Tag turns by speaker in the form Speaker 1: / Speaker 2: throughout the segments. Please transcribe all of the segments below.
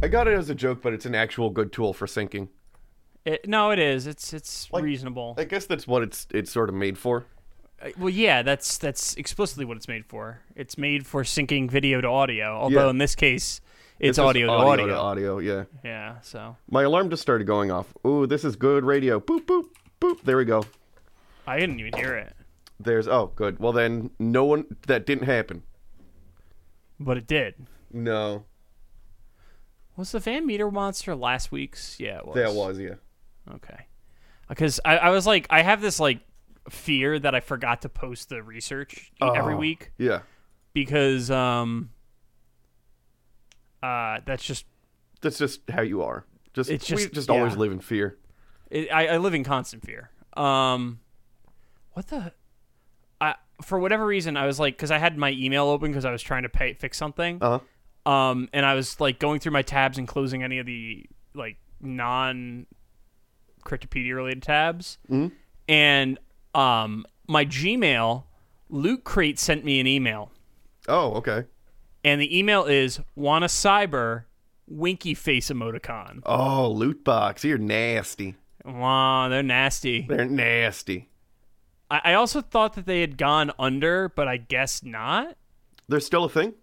Speaker 1: I got it as a joke, but it's an actual good tool for syncing.
Speaker 2: It, no, it is. It's it's
Speaker 1: Like-
Speaker 2: reasonable.
Speaker 1: I guess that's what it's it's sort of made for.
Speaker 2: Uh, well, yeah, that's that's explicitly what it's made for. It's made for syncing video to audio. Although
Speaker 1: Yeah.
Speaker 2: in this case, it's,
Speaker 1: just
Speaker 2: audio, to audio.
Speaker 1: to audio. Yeah.
Speaker 2: Yeah. So
Speaker 1: My alarm just started going off. Ooh, this is good radio. Boop boop boop. There we go.
Speaker 2: I didn't even hear it,
Speaker 1: There's oh good. Well then, no one that didn't happen.
Speaker 2: but it did.
Speaker 1: No,
Speaker 2: Was the Van Meter monster last week's? Yeah, it was.
Speaker 1: that was yeah.
Speaker 2: Okay. Because I, I was like, I have this like fear that I forgot to post the research e- every week
Speaker 1: Yeah,
Speaker 2: because um uh that's just
Speaker 1: that's just how you are. Just
Speaker 2: It's
Speaker 1: we
Speaker 2: just-
Speaker 1: just always
Speaker 2: yeah.
Speaker 1: live in fear.
Speaker 2: it, I, I live in constant fear. Um, what the? I for whatever reason I was like because I had my email open because I was trying to pay fix something.
Speaker 1: Uh huh.
Speaker 2: Um, and I was like going through my tabs and closing any of the like non cryptopedia related tabs. And um, my Gmail, Loot Crate sent me an email,
Speaker 1: Oh okay.
Speaker 2: and the email is wanna cyber winky face emoticon.
Speaker 1: Oh loot box. You're nasty.
Speaker 2: Wow, they're nasty.
Speaker 1: They're nasty.
Speaker 2: I, I also thought that they had gone under, but I guess not.
Speaker 1: They're still a thing.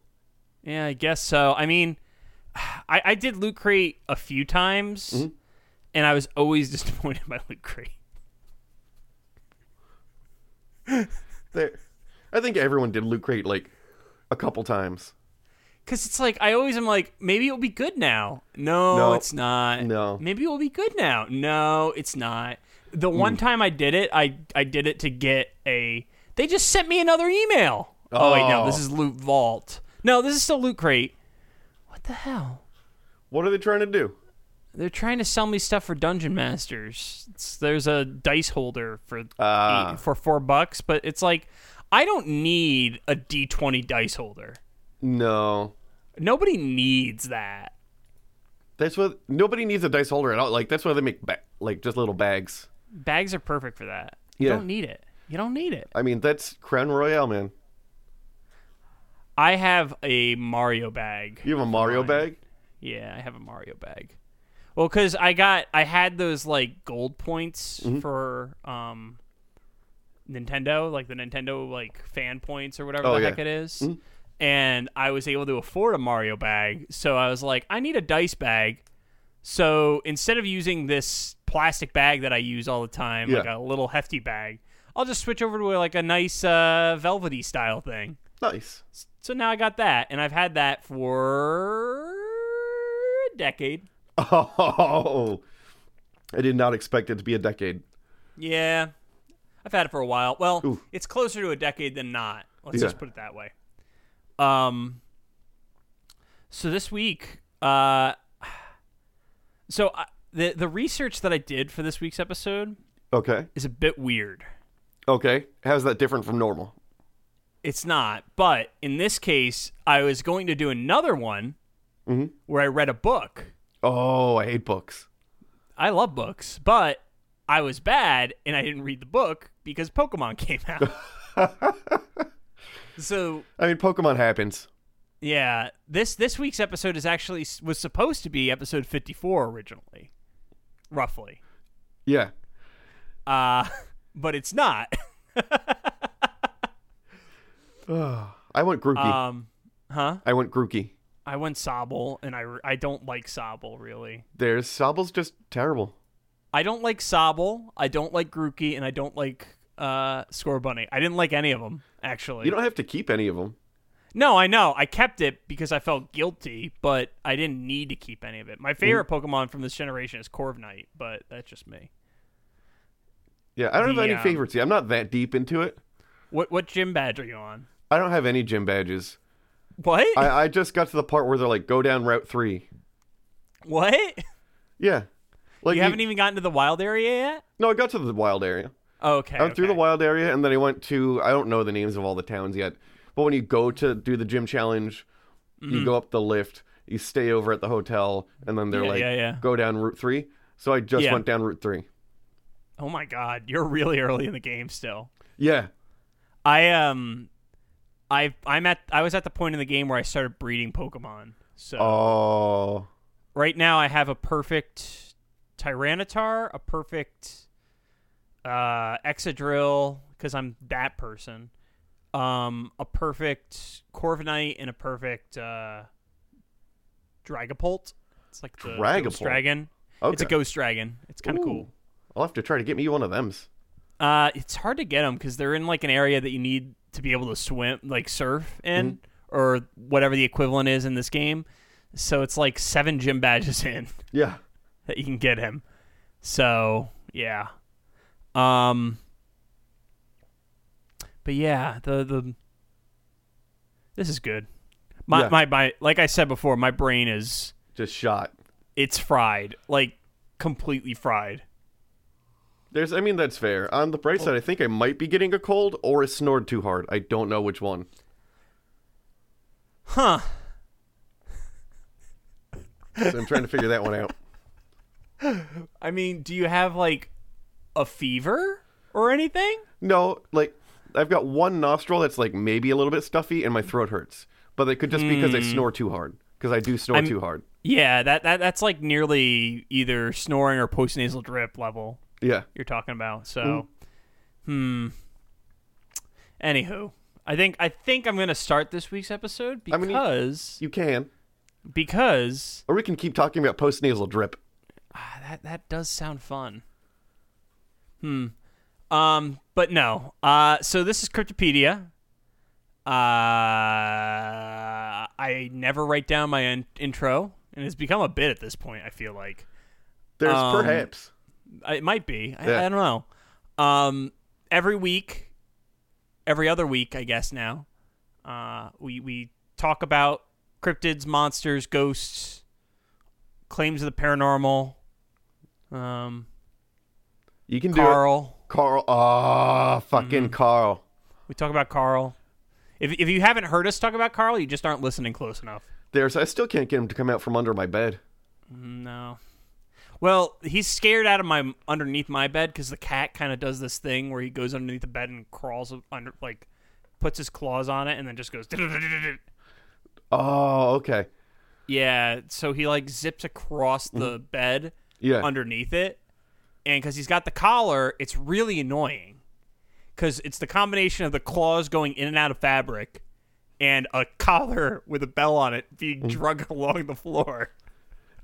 Speaker 2: Yeah, I guess so. I mean, I, I did Loot Crate a few times,
Speaker 1: Mm-hmm.
Speaker 2: and I was always disappointed by Loot Crate.
Speaker 1: They're. I think everyone did loot crate like a couple times.
Speaker 2: Because it's like, I always am like, maybe it'll be good now. No,
Speaker 1: No.
Speaker 2: it's not.
Speaker 1: No.
Speaker 2: Maybe it'll be good now. No, it's not. The
Speaker 1: Mm.
Speaker 2: one time I did it, I, I did it to get a. They just sent me another email. Oh, wait, no, this
Speaker 1: Oh.
Speaker 2: is Loot Vault. No, this is still Loot Crate. What the hell?
Speaker 1: What are they trying to do?
Speaker 2: They're trying to sell me stuff for Dungeon Masters. It's, there's a dice holder for
Speaker 1: Ah.
Speaker 2: eight, for four bucks, but it's like I don't need a D twenty dice holder.
Speaker 1: No.
Speaker 2: Nobody needs that.
Speaker 1: That's what nobody needs a dice holder at all. Like that's why they make ba- like just little bags.
Speaker 2: Bags are perfect for that. You
Speaker 1: Yeah.
Speaker 2: don't need it. You don't need it.
Speaker 1: I mean that's Crown Royale, man.
Speaker 2: I have a Mario bag.
Speaker 1: You have a Mario
Speaker 2: Fine.
Speaker 1: bag.
Speaker 2: Yeah, I have a Mario bag. Well, because I got I had those like gold points
Speaker 1: Mm-hmm.
Speaker 2: for um Nintendo, like the Nintendo like fan points or whatever
Speaker 1: Oh,
Speaker 2: the
Speaker 1: yeah.
Speaker 2: heck it is. and I was able to afford a Mario bag, so I was like, I need a dice bag. So instead of using this plastic bag that I use all the time, like
Speaker 1: Yeah.
Speaker 2: a little hefty bag, I'll just switch over to like a nice uh, velvety style thing.
Speaker 1: Nice.
Speaker 2: So now I got that, and I've had that for a decade.
Speaker 1: Oh, I did not expect it to be a decade.
Speaker 2: Yeah, I've had it for a while. Well,
Speaker 1: Ooh.
Speaker 2: it's closer to a decade than not. Let's
Speaker 1: Yeah.
Speaker 2: just put it that way. Um. So this week, uh, so I, the the research that I did for this week's episode
Speaker 1: Okay.
Speaker 2: is a bit weird.
Speaker 1: Okay. How's that different from normal?
Speaker 2: It's not, but in this case, I was going to do another one
Speaker 1: Mm-hmm.
Speaker 2: where I read a book.
Speaker 1: Oh, I hate books.
Speaker 2: I love books, but I was bad and I didn't read the book because Pokemon came out. so
Speaker 1: I mean, Pokemon happens.
Speaker 2: yeah, this this week's episode is actually was supposed to be episode fifty four originally, roughly,
Speaker 1: Yeah.
Speaker 2: uh, but it's not.
Speaker 1: I went Grookey.
Speaker 2: Um, huh?
Speaker 1: I went Grookey.
Speaker 2: I went Sobble, and I re- I don't like Sobble really.
Speaker 1: There's Sobble's just terrible.
Speaker 2: I don't like Sobble. I don't like Grookey, and I don't like uh Score Bunny. I didn't like any of them actually.
Speaker 1: You don't have to keep any of them.
Speaker 2: No, I know. I kept it because I felt guilty, but I didn't need to keep any of it. My favorite Pokemon from this generation is Corviknight, but that's just me.
Speaker 1: Yeah, I don't have
Speaker 2: The,
Speaker 1: any
Speaker 2: um,
Speaker 1: favorites yet. I'm not that deep into it.
Speaker 2: What what gym badge are you on?
Speaker 1: I don't have any gym badges.
Speaker 2: What?
Speaker 1: I, I just got to the part where they're like, go down Route 3.
Speaker 2: what?
Speaker 1: Yeah. Like
Speaker 2: You haven't even gotten to the wild area yet?
Speaker 1: No, I got to the wild area.
Speaker 2: Oh, okay.
Speaker 1: I went through the
Speaker 2: okay.
Speaker 1: wild area, and then I went to I don't know the names of all the towns yet. But when you go to do the gym challenge, you
Speaker 2: Mm-hmm.
Speaker 1: go up the lift, you stay over at the hotel, and then they're
Speaker 2: Yeah,
Speaker 1: like,
Speaker 2: yeah, yeah.
Speaker 1: "Go down Route 3. So I just
Speaker 2: Yeah.
Speaker 1: went down Route Three.
Speaker 2: Oh my god, you're really early in the game still.
Speaker 1: Yeah,
Speaker 2: I um I I'm at I was at the point in the game where I started breeding Pokemon. So
Speaker 1: Oh,
Speaker 2: right now I have a perfect Tyranitar, a perfect uh Exadrill cuz I'm that person. Um a perfect Corviknight and a perfect uh Dragapult. It's like the ghost
Speaker 1: Dragapult?
Speaker 2: dragon. It's a
Speaker 1: Okay.
Speaker 2: ghost dragon. It's kind of
Speaker 1: Ooh.
Speaker 2: cool.
Speaker 1: I'll have to try to get me one of them's.
Speaker 2: Uh, it's hard to get them because they're in like an area that you need to be able to swim, like surf in,
Speaker 1: Mm-hmm.
Speaker 2: or whatever the equivalent is in this game. So it's like seven gym badges in
Speaker 1: Yeah,
Speaker 2: that you can get him. So yeah, um, but yeah, the the this is good. My
Speaker 1: Yeah.
Speaker 2: my my like I said before, my brain is
Speaker 1: just shot.
Speaker 2: it's fried, like completely fried.
Speaker 1: There's, I mean, that's fair. On the bright side, I think I might be getting a cold or I snored too hard. I don't know which one.
Speaker 2: Huh.
Speaker 1: So I'm trying to figure that one out.
Speaker 2: I mean, do you have like a fever or anything?
Speaker 1: No, like I've got one nostril that's like maybe a little bit stuffy, and my throat hurts. But it could just be because I snore too hard. Because I do snore
Speaker 2: Hmm. I'm-
Speaker 1: too hard.
Speaker 2: Yeah, that, that that's like nearly either snoring or postnasal drip level
Speaker 1: Yeah.
Speaker 2: you're talking about. So,
Speaker 1: Mm.
Speaker 2: hmm. Anywho, I think I think I'm gonna start this week's episode
Speaker 1: I mean, you-
Speaker 2: because
Speaker 1: You can,
Speaker 2: because
Speaker 1: or we can keep talking about postnasal drip.
Speaker 2: that that does sound fun. Hmm. Um. But no. Uh. So this is Cryptopedia. Uh. I never write down my in- intro, and it's become a bit at this point. I feel like
Speaker 1: There's
Speaker 2: Um,
Speaker 1: perhaps.
Speaker 2: I- it might be. I,
Speaker 1: Yeah.
Speaker 2: I don't know. Um. Every week, every other week, I guess now. Uh. We we talk about cryptids, monsters, ghosts, claims of the paranormal. Um.
Speaker 1: You can do it.
Speaker 2: Carl. Mm-hmm.
Speaker 1: Carl. Ah, fucking Carl.
Speaker 2: We talk about Carl. If, if you haven't heard us talk about Carl, you just aren't listening close enough.
Speaker 1: There's. I still can't get him to come out from under my bed.
Speaker 2: No. Well, he's scared out of my underneath my bed because the cat kind of does this thing where he goes underneath the bed and crawls under, like, puts his claws on it and then just goes.
Speaker 1: Oh, okay.
Speaker 2: Yeah, so he like zips across the bed
Speaker 1: Mm-hmm. Yeah.
Speaker 2: underneath it. And because he's got the collar, it's really annoying. Because it's the combination of the claws going in and out of fabric and a collar with a bell on it
Speaker 1: Mm.
Speaker 2: being drug along the floor.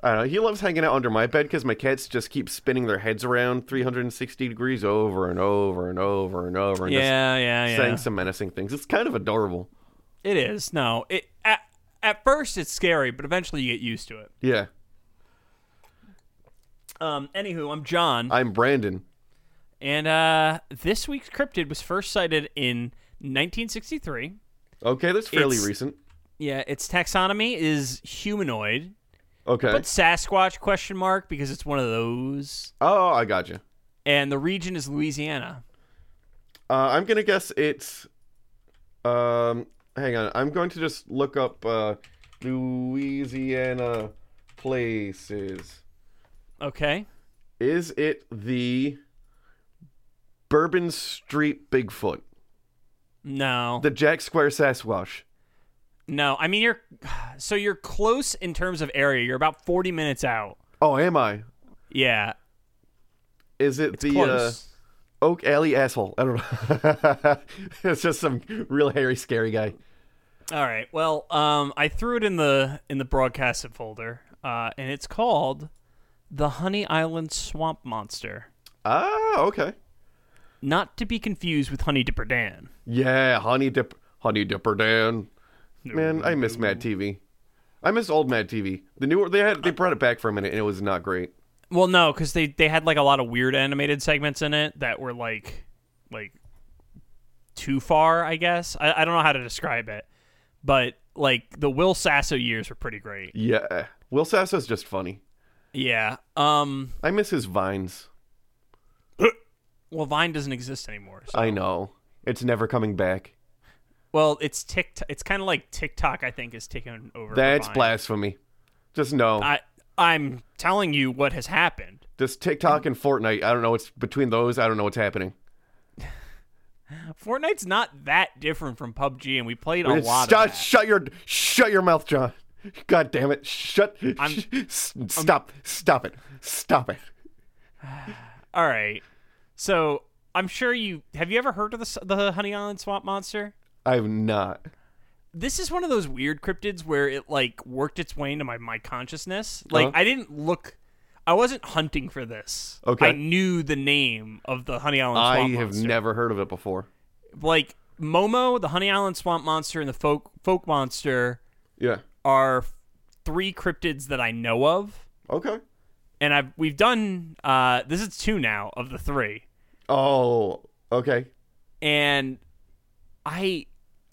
Speaker 1: I don't know. He loves hanging out under my bed because my cats just keep spinning their heads around 360 degrees over and over and over and over and
Speaker 2: yeah,
Speaker 1: just saying some menacing things. It's kind of adorable.
Speaker 2: It is. No, it at, at first it's scary, but eventually you get used to it.
Speaker 1: Yeah.
Speaker 2: Um, anywho, I'm John.
Speaker 1: I'm Brandon.
Speaker 2: and uh, this week's cryptid was first sighted in 1963.
Speaker 1: Okay, that's fairly
Speaker 2: It's-
Speaker 1: recent.
Speaker 2: Yeah, its taxonomy is humanoid,
Speaker 1: Okay.
Speaker 2: but Sasquatch question mark because it's one of those.
Speaker 1: oh, I got you.
Speaker 2: And the region is Louisiana.
Speaker 1: Uh, I'm gonna guess it's. Um, hang on. I'm going to just look up uh, Louisiana places.
Speaker 2: Okay.
Speaker 1: Is it the Bourbon Street Bigfoot,
Speaker 2: No.
Speaker 1: the Jack Square Sasquatch?
Speaker 2: no. I mean you're so you're close in terms of area. You're about 40 minutes out.
Speaker 1: Oh, am I?
Speaker 2: Yeah.
Speaker 1: Is it the uh,
Speaker 2: close.
Speaker 1: Oak Alley asshole? I don't know. it's just some real hairy, scary guy.
Speaker 2: All right. Well, um I threw it in the in the broadcasted folder. Uh and it's called The Honey Island Swamp Monster.
Speaker 1: Ah, okay.
Speaker 2: Not to be confused with Honey Dipper Dan.
Speaker 1: Yeah, Honey Dip, Honey Dipper Dan. Man, I miss Mad TV. I miss old Mad TV. The newer they had, they brought it back for a minute, and it was not great.
Speaker 2: Well, no, because they they had like a lot of weird animated segments in it that were like like too far, I guess. I, I don't know how to describe it, but like the Will Sasso years were pretty great.
Speaker 1: Yeah. Will Sasso's just funny.
Speaker 2: Yeah. Um.
Speaker 1: I miss his vines.
Speaker 2: Well, Vine doesn't exist anymore. So.
Speaker 1: I know. It's never coming back.
Speaker 2: Well, it's TikTok. It's kind of like TikTok. I think is taking over. for
Speaker 1: That's
Speaker 2: Vine.
Speaker 1: blasphemy. Just no.
Speaker 2: I I'm telling you what has happened.
Speaker 1: Just TikTok and Fortnite. I don't know what's between those. I don't know what's happening.
Speaker 2: Fortnite's not that different from PUBG, and we played a
Speaker 1: It's-
Speaker 2: lot.
Speaker 1: Stop,
Speaker 2: of that.
Speaker 1: shut your shut your mouth, John. God damn it. Shut
Speaker 2: I'm-
Speaker 1: s- stop. stop it. Stop it.
Speaker 2: All right. So I'm sure you have you ever heard of the s- the Honey Island Swamp Monster?
Speaker 1: I've not.
Speaker 2: This is one of those weird cryptids where it like worked its way into my my consciousness. Like
Speaker 1: Uh-huh.
Speaker 2: I didn't look. I wasn't hunting for this.
Speaker 1: Okay.
Speaker 2: I knew the name of the Honey Island
Speaker 1: I
Speaker 2: Swamp
Speaker 1: have
Speaker 2: Monster.
Speaker 1: never heard of it before.
Speaker 2: like Momo, the Honey Island Swamp Monster, and the Folk Folk Monster
Speaker 1: Yeah.
Speaker 2: are three cryptids that I know of,
Speaker 1: Okay.
Speaker 2: and I've we've done uh, this is two now of the three,
Speaker 1: Oh, okay.
Speaker 2: and I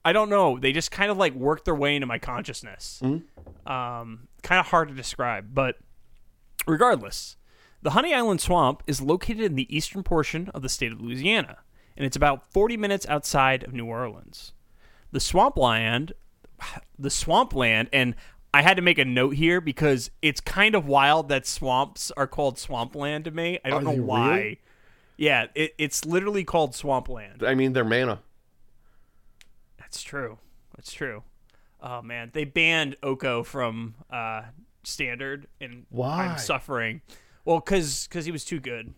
Speaker 2: I don't know they just kind of like worked their way into my consciousness,
Speaker 1: Mm-hmm.
Speaker 2: um, kind of hard to describe, but regardless, the Honey Island Swamp is located in the eastern portion of the state of Louisiana, and it's about 40 minutes outside of New Orleans. The swampland, the swampland, and I had to make a note here because it's kind of wild that swamps are called swampland to me. I don't
Speaker 1: Are
Speaker 2: know
Speaker 1: they
Speaker 2: why.
Speaker 1: real?
Speaker 2: Yeah, it, it's literally called swampland.
Speaker 1: I mean, they're mana.
Speaker 2: That's true. That's true. Oh man, they banned Oko from uh, standard, and
Speaker 1: Why?
Speaker 2: I'm suffering. Well, cause 'cause he was too good.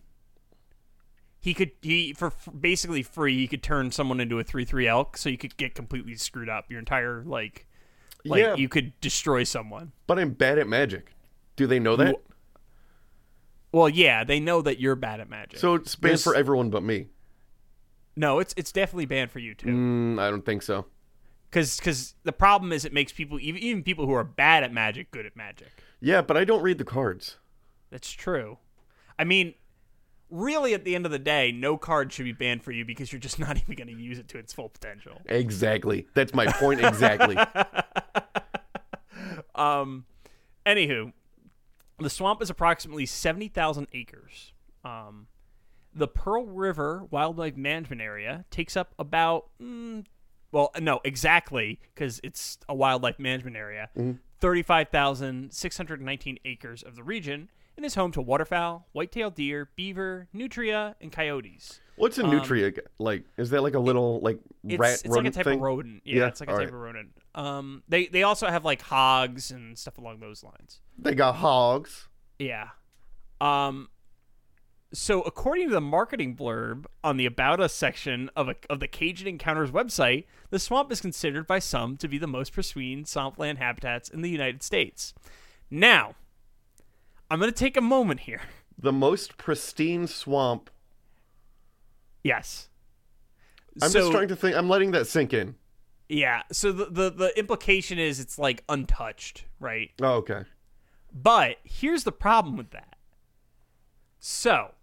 Speaker 2: He could he for f- basically free he could turn someone into a three three elk, so you could get completely screwed up your entire like like
Speaker 1: Yeah.
Speaker 2: you could destroy someone.
Speaker 1: But I'm bad at magic. Do they know that?
Speaker 2: Well, yeah, they know that you're bad at magic.
Speaker 1: So it's banned
Speaker 2: There's-
Speaker 1: for everyone but me.
Speaker 2: no, it's it's definitely banned for you too.
Speaker 1: Mm, I don't think so.
Speaker 2: Cause cause the problem is it makes people even even people who are bad at magic good at magic.
Speaker 1: Yeah, but I don't read the cards.
Speaker 2: That's true. I mean, really, at the end of the day, no card should be banned for you because you're just not even going to use it to its full potential.
Speaker 1: Exactly. That's my point. Exactly.
Speaker 2: Anywho, the swamp is approximately 70,000 acres. Um, the Pearl River Wildlife Management Area takes up about, mm, well, no, exactly, because it's a wildlife management area, 35,619 acres of the region and is home to waterfowl, white-tailed deer, beaver, nutria, and coyotes.
Speaker 1: What's a nutria like? Is that like a little like
Speaker 2: Um, it's,
Speaker 1: rat
Speaker 2: it's like a
Speaker 1: rodent
Speaker 2: type
Speaker 1: thing?
Speaker 2: of rodent. Yeah,
Speaker 1: Yeah?
Speaker 2: it's like a
Speaker 1: All
Speaker 2: type
Speaker 1: right.
Speaker 2: of rodent. Um, they they also have like hogs and stuff along those lines.
Speaker 1: They got hogs.
Speaker 2: Yeah. Um. So according to the marketing blurb on the About Us section of a, of the Cajun Encounters website, the swamp is considered by some to be the most pristine swampland habitats in the United States. Now, I'm going to take a moment here.
Speaker 1: The most pristine swamp.
Speaker 2: Yes.
Speaker 1: I'm
Speaker 2: So-
Speaker 1: just trying to think. I'm letting that sink in.
Speaker 2: Yeah. So the, the the implication is it's like untouched, right?
Speaker 1: Oh, okay.
Speaker 2: But here's the problem with that. So,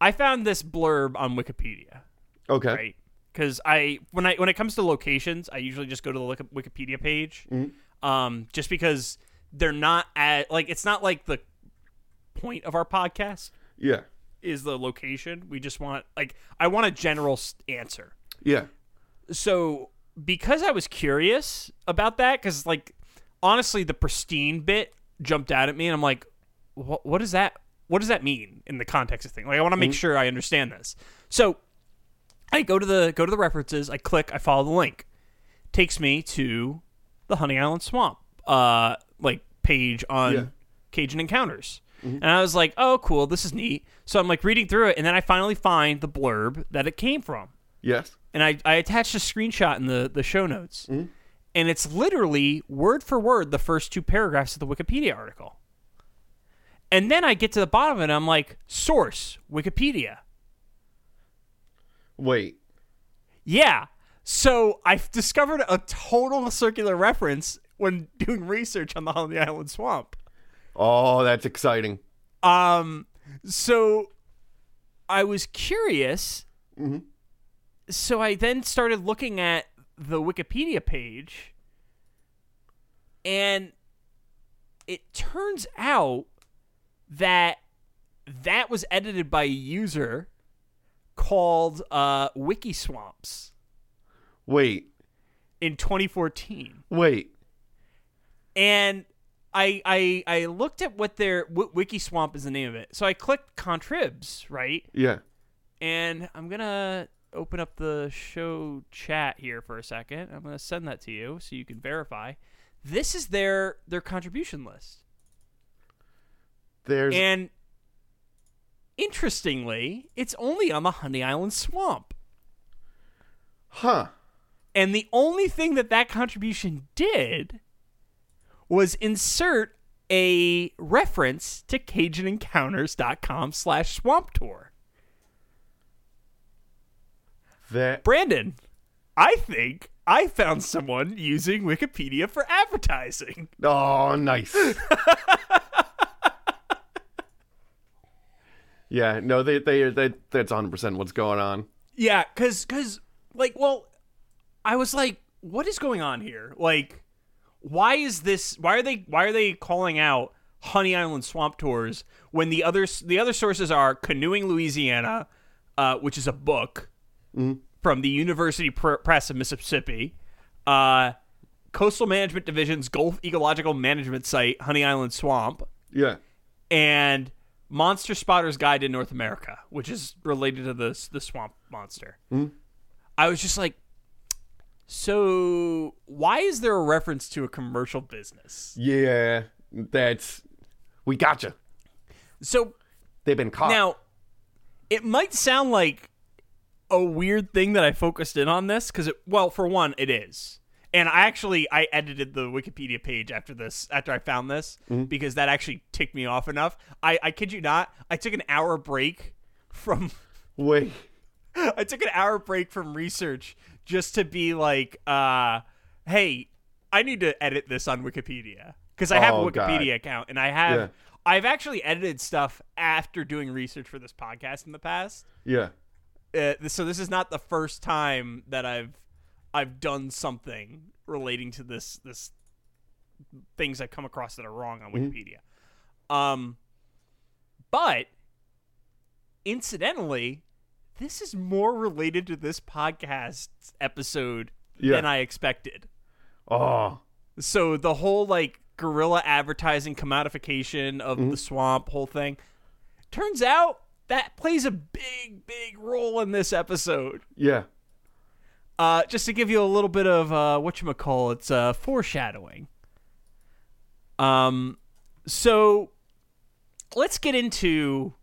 Speaker 2: I found this blurb on Wikipedia,
Speaker 1: Okay.
Speaker 2: right? Because I when I when it comes to locations, I usually just go to the Wiki- Wikipedia page, um, just because they're not at like it's not like the point of our podcast
Speaker 1: Yeah.
Speaker 2: is the location. We just want like I want a general s- answer
Speaker 1: Yeah.
Speaker 2: so because I was curious about that, because like honestly, the pristine bit jumped out at me, and I'm like, what, what does that? What does that mean in the context of thing? Like, I want to make sure I understand this. So I go to the go to the references. I click. I follow the link. Takes me to the Honey Island Swamp, uh, like page on
Speaker 1: Yeah.
Speaker 2: Cajun Encounters. And I was like, oh, cool, this is neat. So I'm like reading through it, and then I finally find the blurb that it came from
Speaker 1: Yes.
Speaker 2: and I, I attached a screenshot in the, the show notes. And it's literally word for word the first two paragraphs of the Wikipedia article. And then I get to the bottom of it and I'm like, source, Wikipedia.
Speaker 1: Wait.
Speaker 2: Yeah. So I've discovered a total circular reference when doing research on the Holiday Island swamp.
Speaker 1: Oh, that's exciting.
Speaker 2: Um, so I was curious, so I then started looking at the Wikipedia page, and it turns out that that was edited by a user called uh, Wikiswamps
Speaker 1: Wait,
Speaker 2: in 2014,
Speaker 1: wait.
Speaker 2: and I I I looked at what their w- Wikiswamp is the name of it. So I clicked contribs right,
Speaker 1: Yeah.
Speaker 2: and I'm gonna open up the show chat here for a second. I'm gonna send that to you so you can verify. This is their their contribution list,
Speaker 1: There's
Speaker 2: and interestingly, it's only on the Honey Island swamp.
Speaker 1: huh.
Speaker 2: And the only thing that that contribution did was insert a reference to CajunEncounters.com slash swamp tour.
Speaker 1: That
Speaker 2: Brandon, I think I found someone using Wikipedia for advertising.
Speaker 1: Oh, nice. yeah, no, they, they they that's 100% what's going on.
Speaker 2: Yeah, cause, cause, like, well, I was like, what is going on here? Like, why is this? Why are they? Why are they calling out Honey Island Swamp Tours when the other the other sources are Canoeing Louisiana, uh, which is a book from the University Pr- Press of Mississippi, uh, Coastal Management Division's Gulf Ecological Management Site, Honey Island Swamp,
Speaker 1: Yeah.
Speaker 2: and Monster Spotter's Guide to North America, which is related to the the swamp monster. I was just like, so why is there a reference to a commercial business?
Speaker 1: Yeah, that's we gotcha.
Speaker 2: So
Speaker 1: They've been caught.
Speaker 2: now, it might sound like a weird thing that I focused in on this because it. Well, for one, it is, and I actually I edited the Wikipedia page after this after I found this because that actually ticked me off enough. I I kid you not, I took an hour break from
Speaker 1: wait.
Speaker 2: I took an hour break from research just to be like, uh, hey, I need to edit this on Wikipedia because I have
Speaker 1: Oh,
Speaker 2: a
Speaker 1: God.
Speaker 2: Wikipedia account and I have
Speaker 1: Yeah.
Speaker 2: I've actually edited stuff after doing research for this podcast in the past.
Speaker 1: Yeah.
Speaker 2: Uh, th- so this is not the first time that I've I've done something relating to this this things I come across that are wrong on Wikipedia. Um, but incidentally, this is more related to this podcast episode
Speaker 1: Yeah.
Speaker 2: than I expected.
Speaker 1: Oh.
Speaker 2: So the whole like guerrilla advertising commodification of the swamp whole thing turns out that plays a big big role in this episode.
Speaker 1: Yeah.
Speaker 2: Uh, just to give you a little bit of uh, what you call it's uh, foreshadowing. Um, so let's get into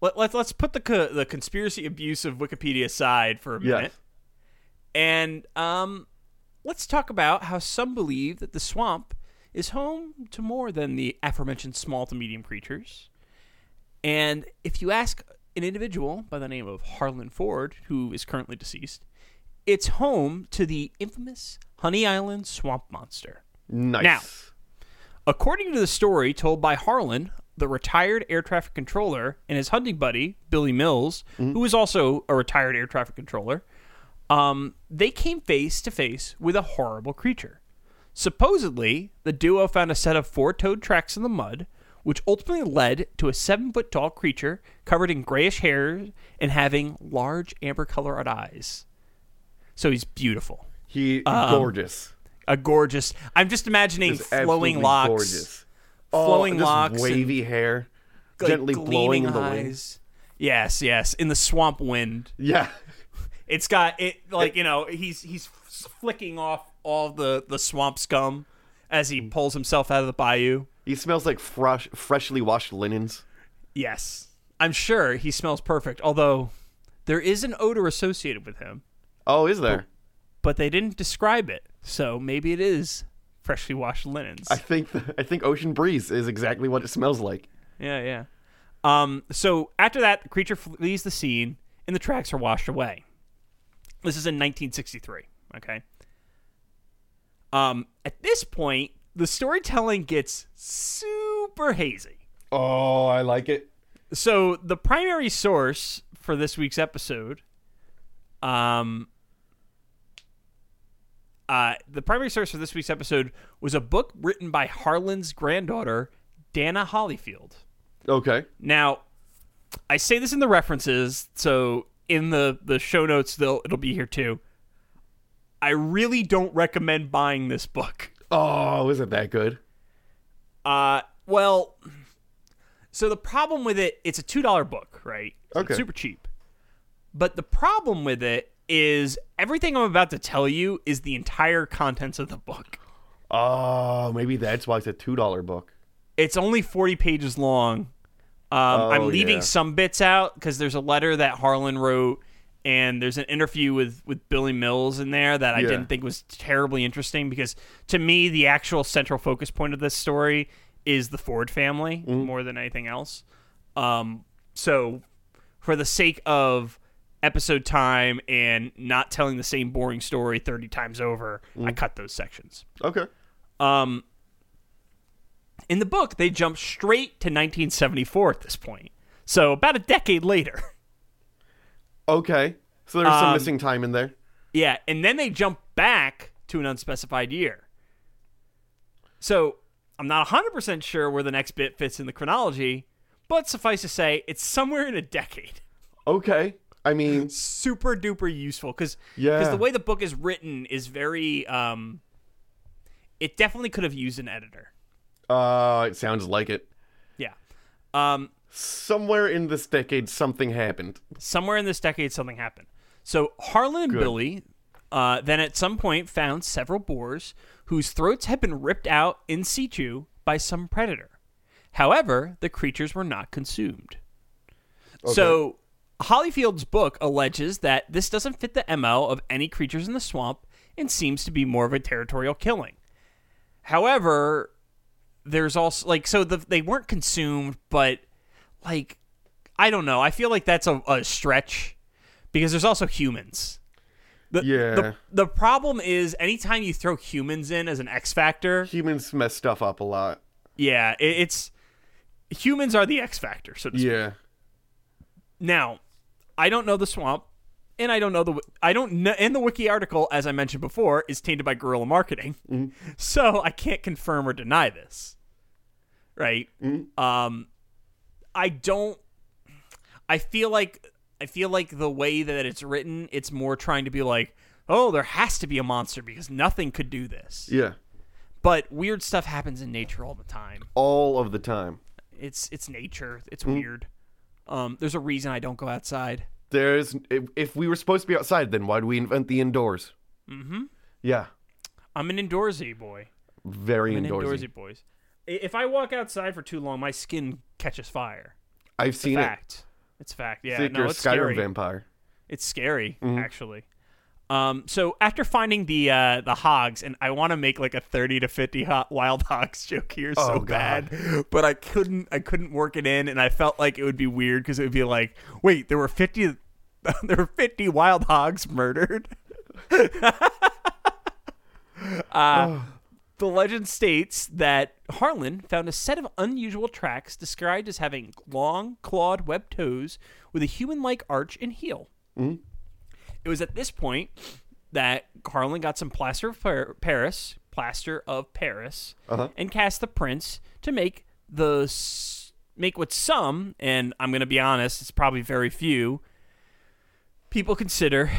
Speaker 2: let let's let's put the co- the conspiracy abuse of Wikipedia aside for a
Speaker 1: Yes.
Speaker 2: minute, and um, let's talk about how some believe that the swamp is home to more than the aforementioned small to medium creatures. And if you ask an individual by the name of Harlan Ford, who is currently deceased, it's home to the infamous Honey Island swamp monster.
Speaker 1: Nice.
Speaker 2: Now. According to the story told by Harlan, the retired air traffic controller, and his hunting buddy, Billy Mills,
Speaker 1: Mm-hmm.
Speaker 2: who is also a retired air traffic controller, um, they came face to face with a horrible creature. Supposedly, the duo found a set of four toed tracks in the mud, which ultimately led to a seven foot tall creature covered in grayish hair and having large amber colored eyes. So he's beautiful.
Speaker 1: he gorgeous.
Speaker 2: A gorgeous. I'm just imagining
Speaker 1: Just
Speaker 2: um, flowing
Speaker 1: absolutely
Speaker 2: locks
Speaker 1: Gorgeous.
Speaker 2: flowing
Speaker 1: oh, just
Speaker 2: locks
Speaker 1: wavy hair,
Speaker 2: like,
Speaker 1: gently blowing
Speaker 2: gleaming
Speaker 1: in the wind.
Speaker 2: eyes. Yes, yes, in the swamp wind.
Speaker 1: Yeah.
Speaker 2: It's got it like you know he's he's flicking off all the the swamp scum as
Speaker 1: Mm.
Speaker 2: he pulls himself out of the bayou.
Speaker 1: He smells like fresh, freshly washed linens.
Speaker 2: Yes, I'm sure he smells perfect. Although there is an odor associated with him,
Speaker 1: Oh, is there?
Speaker 2: but they didn't describe it, so maybe it is freshly washed linens.
Speaker 1: I think the, I think ocean breeze is exactly what it smells like.
Speaker 2: Yeah, yeah. Um, so after that, the creature flees the scene and the tracks are washed away. This is in 1963. Okay. Um, at this point, the storytelling gets super hazy.
Speaker 1: Oh, I like it.
Speaker 2: So the primary source for this week's episode Um, uh, the primary source for this week's episode was a book written by Harlan's granddaughter, Dana Hollyfield.
Speaker 1: Okay.
Speaker 2: Now, I say this in the references, so in the the show notes, they'll it'll be here too. I really don't recommend buying this book.
Speaker 1: Oh, is it that good?
Speaker 2: Uh, well, so the problem with it, it's a two dollar book, right? So it's
Speaker 1: Okay.
Speaker 2: super cheap. But the problem with it is everything I'm about to tell you is the entire contents of the book.
Speaker 1: Oh, maybe that's why it's a two dollar book.
Speaker 2: It's only forty pages long. Um, I'm leaving
Speaker 1: Oh, yeah.
Speaker 2: some bits out because there's a letter that Harlan wrote, and there's an interview with with Billy Mills in there that I
Speaker 1: Yeah.
Speaker 2: didn't think was terribly interesting because to me the actual central focus point of this story is the Ford family
Speaker 1: Mm-hmm.
Speaker 2: more than anything else. Um, so for the sake of episode time and not telling the same boring story 30 times over, I
Speaker 1: Mm.
Speaker 2: cut those sections.
Speaker 1: Okay.
Speaker 2: Um, in the book, they jump straight to 1974 at this point. So about a decade later.
Speaker 1: Okay. So there's some
Speaker 2: Um,
Speaker 1: missing time in there.
Speaker 2: yeah, and then they jump back to an unspecified year. So I'm not 100% sure where the next bit fits in the chronology, but suffice to say, it's somewhere in a decade.
Speaker 1: Okay. I mean,
Speaker 2: super duper useful because
Speaker 1: Yeah.
Speaker 2: the way the book is written is very um it definitely could have used an editor
Speaker 1: uh, it sounds like it.
Speaker 2: yeah um
Speaker 1: Somewhere in this decade, something happened.
Speaker 2: somewhere in this decade something happened so harlan and billy uh, then at some point found several boars whose throats had been ripped out in situ by some predator however the creatures were not consumed So Hollyfield's book alleges that this doesn't fit the MO of any creatures in the swamp and seems to be more of a territorial killing. However, there's also like so the, they weren't consumed, but like I don't know. I feel like that's a, a stretch because there's also humans. The,
Speaker 1: Yeah.
Speaker 2: The, the problem is anytime you throw humans in as an X factor,
Speaker 1: Humans mess stuff up a lot.
Speaker 2: yeah, it, it's humans are the X factor, so to speak.
Speaker 1: Yeah.
Speaker 2: Now, I don't know the swamp, and I don't know the wi- I don't know, and the wiki article, as I mentioned before, is tainted by guerrilla marketing,
Speaker 1: Mm-hmm.
Speaker 2: so I can't confirm or deny this. Right?
Speaker 1: Mm-hmm.
Speaker 2: Um, I don't. I feel like I feel like the way that it's written, it's more trying to be like, oh, there has to be a monster because nothing could do this.
Speaker 1: Yeah.
Speaker 2: But weird stuff happens in nature all the time
Speaker 1: All of the time.
Speaker 2: it's it's nature. It's
Speaker 1: Mm-hmm.
Speaker 2: weird. Um, there's a reason I don't go outside.
Speaker 1: There's if, if we were supposed to be outside, then why do we invent the indoors? Mm-hmm. Yeah.
Speaker 2: I'm an indoorsy boy.
Speaker 1: Very
Speaker 2: I'm an
Speaker 1: indoorsy.
Speaker 2: indoorsy boys. I- If I walk outside for too long, my skin catches fire.
Speaker 1: I've seen it.
Speaker 2: Fact. It's fact. Yeah.
Speaker 1: It's like
Speaker 2: no,
Speaker 1: you're a
Speaker 2: it's
Speaker 1: Skyrim
Speaker 2: scary.
Speaker 1: vampire.
Speaker 2: It's scary,
Speaker 1: Mm-hmm.
Speaker 2: actually. Um, so after finding the uh, the hogs, and I want to make like a thirty to fifty ho- wild hogs joke here so
Speaker 1: Oh, God.
Speaker 2: bad, but I couldn't I couldn't work it in, and I felt like it would be weird because it would be like, wait, there were fifty, there were fifty wild hogs murdered. Uh,
Speaker 1: Oh.
Speaker 2: The legend states that Harlan found a set of unusual tracks described as having long, clawed, webbed toes with a human like arch and heel. It was at this point that Harlan got some plaster of Par- Paris, plaster of Paris, and cast the prints to make the s- make what some, and I'm going to be honest, it's probably very few people consider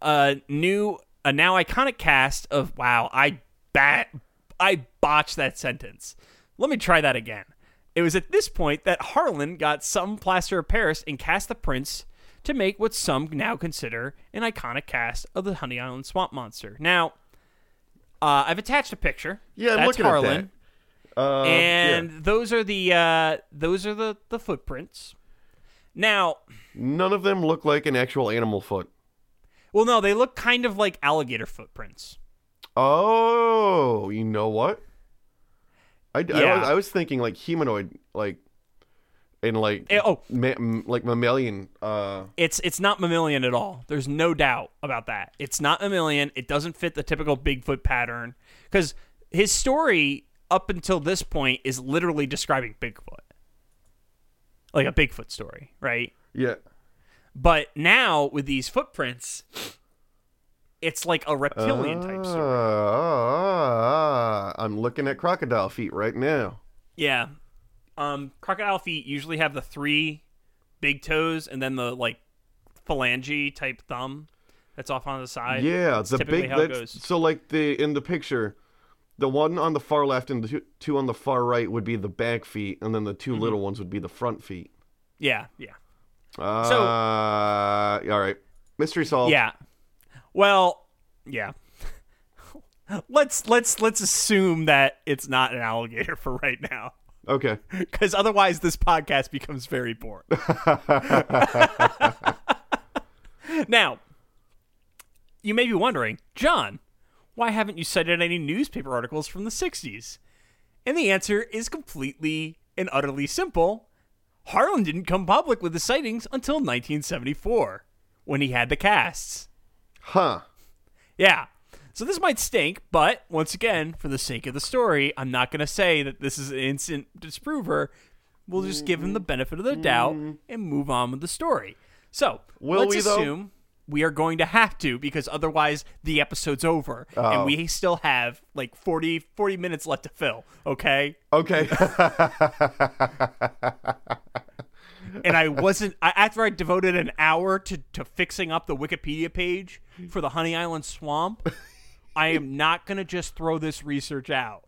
Speaker 2: a new, a now iconic cast of wow, I bat, I botched that sentence. Let me try that again. It was at this point that Harlan got some plaster of Paris and cast the prints to make what some now consider an iconic cast of the Honey Island Swamp Monster. Now, uh, I've attached a picture.
Speaker 1: Yeah, I'm
Speaker 2: That's
Speaker 1: looking at
Speaker 2: Harlan
Speaker 1: that. Uh, yeah.
Speaker 2: and those are the uh, those are the the footprints. Now,
Speaker 1: none of them look like an actual animal foot.
Speaker 2: well, no, they look kind of like alligator footprints.
Speaker 1: Oh, you know what? I, I was- I,
Speaker 2: Yeah.
Speaker 1: was, thinking like humanoid, like and like
Speaker 2: Eh, oh.
Speaker 1: ma- m- like mammalian. Uh,
Speaker 2: It's it's not mammalian at all. There's no doubt about that. It's not mammalian. It doesn't fit the typical Bigfoot pattern because his story up until this point is literally describing Bigfoot, like a Bigfoot story, right?
Speaker 1: yeah,
Speaker 2: But now with these footprints, it's like a reptilian type story.
Speaker 1: Ah, I'm looking at crocodile feet right now.
Speaker 2: Yeah. Um, crocodile feet usually have the three big toes and then the like phalange type thumb that's off on the side.
Speaker 1: yeah,
Speaker 2: That's
Speaker 1: the
Speaker 2: typically
Speaker 1: big.
Speaker 2: how it
Speaker 1: that's-
Speaker 2: goes.
Speaker 1: So like the in the picture, the one on the far left and the two, two on the far right would be the back feet, and then the
Speaker 2: Mm-hmm.
Speaker 1: 2 little ones would be the front feet.
Speaker 2: Yeah, yeah,
Speaker 1: Uh, Ah, all right, mystery solved.
Speaker 2: yeah. Well, yeah. let's let's let's assume that it's not an alligator for right now,
Speaker 1: Okay.
Speaker 2: because otherwise this podcast becomes very boring. now, you may be wondering, John, why haven't you cited any newspaper articles from the 60s? And the answer is completely and utterly simple. Harlan didn't come public with the sightings until 1974, when he had the casts.
Speaker 1: Huh.
Speaker 2: Yeah. So this might stink, but once again, for the sake of the story, I'm not going to say that this is an instant disprover. We'll just give him
Speaker 1: Mm-hmm.
Speaker 2: the benefit of the doubt and move on with the story. So
Speaker 1: Will
Speaker 2: let's
Speaker 1: we, though?
Speaker 2: assume we are going to have to because otherwise the episode's over
Speaker 1: Oh.
Speaker 2: and we still have like 40, 40 minutes left to fill. Okay.
Speaker 1: Okay.
Speaker 2: and I wasn't I, after I devoted an hour to to fixing up the Wikipedia page for the Honey Island Swamp. I am not going to just throw this research out.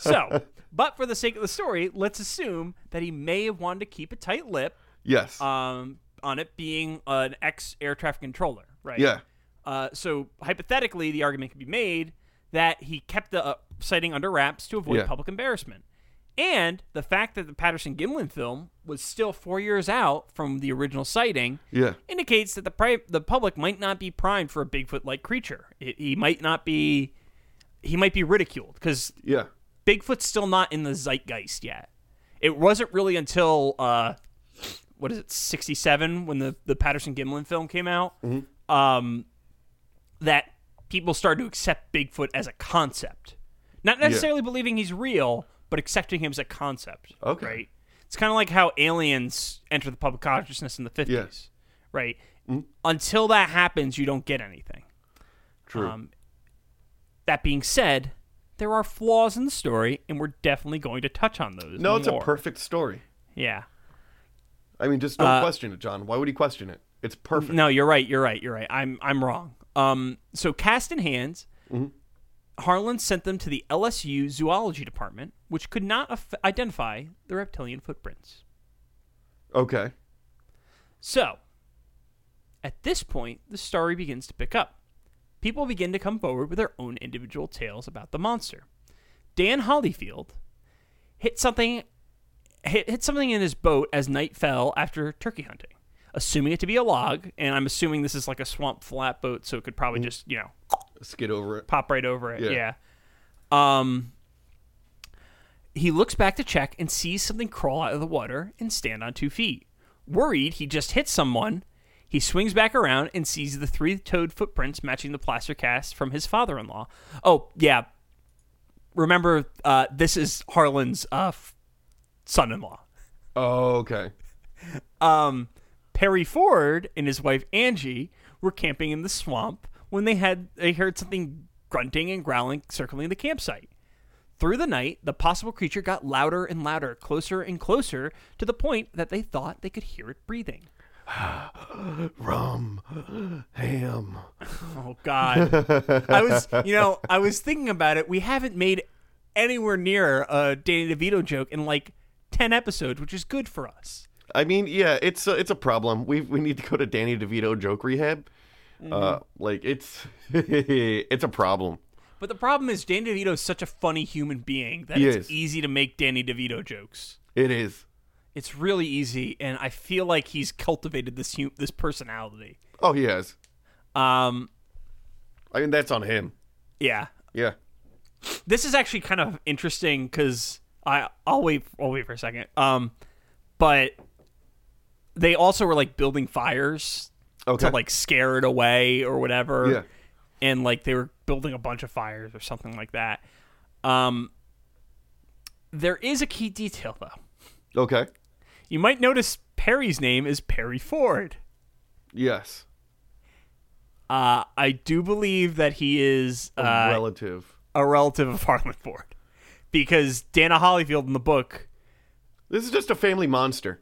Speaker 2: So, but for the sake of the story, let's assume that he may have wanted to keep a tight lip
Speaker 1: yes.
Speaker 2: um, on it being an ex air traffic controller, right?
Speaker 1: yeah.
Speaker 2: Uh, so hypothetically, the argument could be made that he kept the uh, sighting under wraps to avoid
Speaker 1: Yeah.
Speaker 2: public embarrassment. And the fact that the Patterson Gimlin film was still four years out from the original sighting
Speaker 1: Yeah.
Speaker 2: indicates that the pri- the public might not be primed for a Bigfoot like creature. It, he might not be, he might be ridiculed because
Speaker 1: Yeah.
Speaker 2: Bigfoot's still not in the zeitgeist yet. It wasn't really until uh, what is it, sixty seven, when the the Patterson Gimlin film came out, um, that people started to accept Bigfoot as a concept, not necessarily believing he's real, but accepting him as a concept.
Speaker 1: Okay.
Speaker 2: right. It's kind of like how aliens enter the public consciousness in the fifties, right? Until that happens, you don't get anything.
Speaker 1: True.
Speaker 2: Um, That being said, there are flaws in the story, and we're definitely going to touch on those.
Speaker 1: no, it's a
Speaker 2: more.
Speaker 1: perfect story.
Speaker 2: Yeah.
Speaker 1: I mean, just don't question it, John. Why would he question it? It's perfect.
Speaker 2: Uh, No, you're right. You're right. You're right. I'm I'm wrong. Um. So cast in hands,
Speaker 1: Mm-hmm.
Speaker 2: Harlan sent them to the LSU zoology department, which could not af- identify the reptilian footprints.
Speaker 1: Okay.
Speaker 2: So, at this point, the story begins to pick up. People begin to come forward with their own individual tales about the monster. Dan Hollyfield hit something hit, hit something in his boat as night fell after turkey hunting, assuming it to be a log, and I'm assuming this is like a swamp flatboat, so it could probably just, you know,
Speaker 1: Skid over it.
Speaker 2: pop right over it.
Speaker 1: Yeah.
Speaker 2: Yeah. Um he looks back to check and sees something crawl out of the water and stand on two feet. Worried he just hit someone, he swings back around and sees the three toed footprints matching the plaster cast from his father in law. Oh, yeah. Remember, uh, this is Harlan's uh, son in law.
Speaker 1: Oh, okay.
Speaker 2: Um, Perry Ford and his wife Angie were camping in the swamp when they had they heard something grunting and growling circling the campsite. Through the night, the possible creature got louder and louder, closer and closer, to the point that they thought they could hear it breathing.
Speaker 1: Rum, ham.
Speaker 2: Oh God! I was, you know, I was thinking about it. We haven't made anywhere near a Danny DeVito joke in like ten episodes, which is good for us.
Speaker 1: I mean, yeah, it's a, it's a problem. We we need to go to Danny DeVito joke rehab.
Speaker 2: Mm-hmm.
Speaker 1: Uh, like it's it's a problem.
Speaker 2: But the problem is Danny DeVito is such a funny human being that
Speaker 1: He
Speaker 2: it's
Speaker 1: is.
Speaker 2: easy to make Danny DeVito jokes.
Speaker 1: It is.
Speaker 2: It's really easy, and I feel like he's cultivated this hu- this personality.
Speaker 1: Oh, he has.
Speaker 2: Um,
Speaker 1: I mean, that's on him.
Speaker 2: yeah,
Speaker 1: Yeah.
Speaker 2: this is actually kind of interesting because I I'll wait I'll wait for a second. Um, but they also were like building fires
Speaker 1: Okay.
Speaker 2: to like scare it away or whatever.
Speaker 1: Yeah.
Speaker 2: And like they were building a bunch of fires or something like that. Um, there is a key detail though.
Speaker 1: Okay.
Speaker 2: You might notice Perry's name is Perry Ford.
Speaker 1: Yes.
Speaker 2: Uh, I do believe that he is
Speaker 1: A
Speaker 2: uh,
Speaker 1: relative.
Speaker 2: a relative of Harlan Ford, because Dana Hollyfield in the book
Speaker 1: This is just a family monster.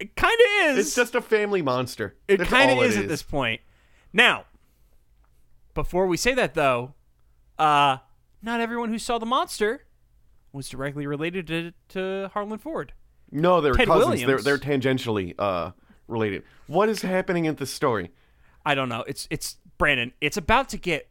Speaker 2: it kind of is.
Speaker 1: It's just a family monster.
Speaker 2: It
Speaker 1: That's
Speaker 2: kind of
Speaker 1: all
Speaker 2: is, at this point. Now, before we say that though, uh, not everyone who saw the monster was directly related to, to Harlan Ford.
Speaker 1: No, they're
Speaker 2: Ted
Speaker 1: cousins. They're,
Speaker 2: Williams.
Speaker 1: they're tangentially uh, related. What is happening in this story?
Speaker 2: I don't know. It's it's Brandon. It's about to get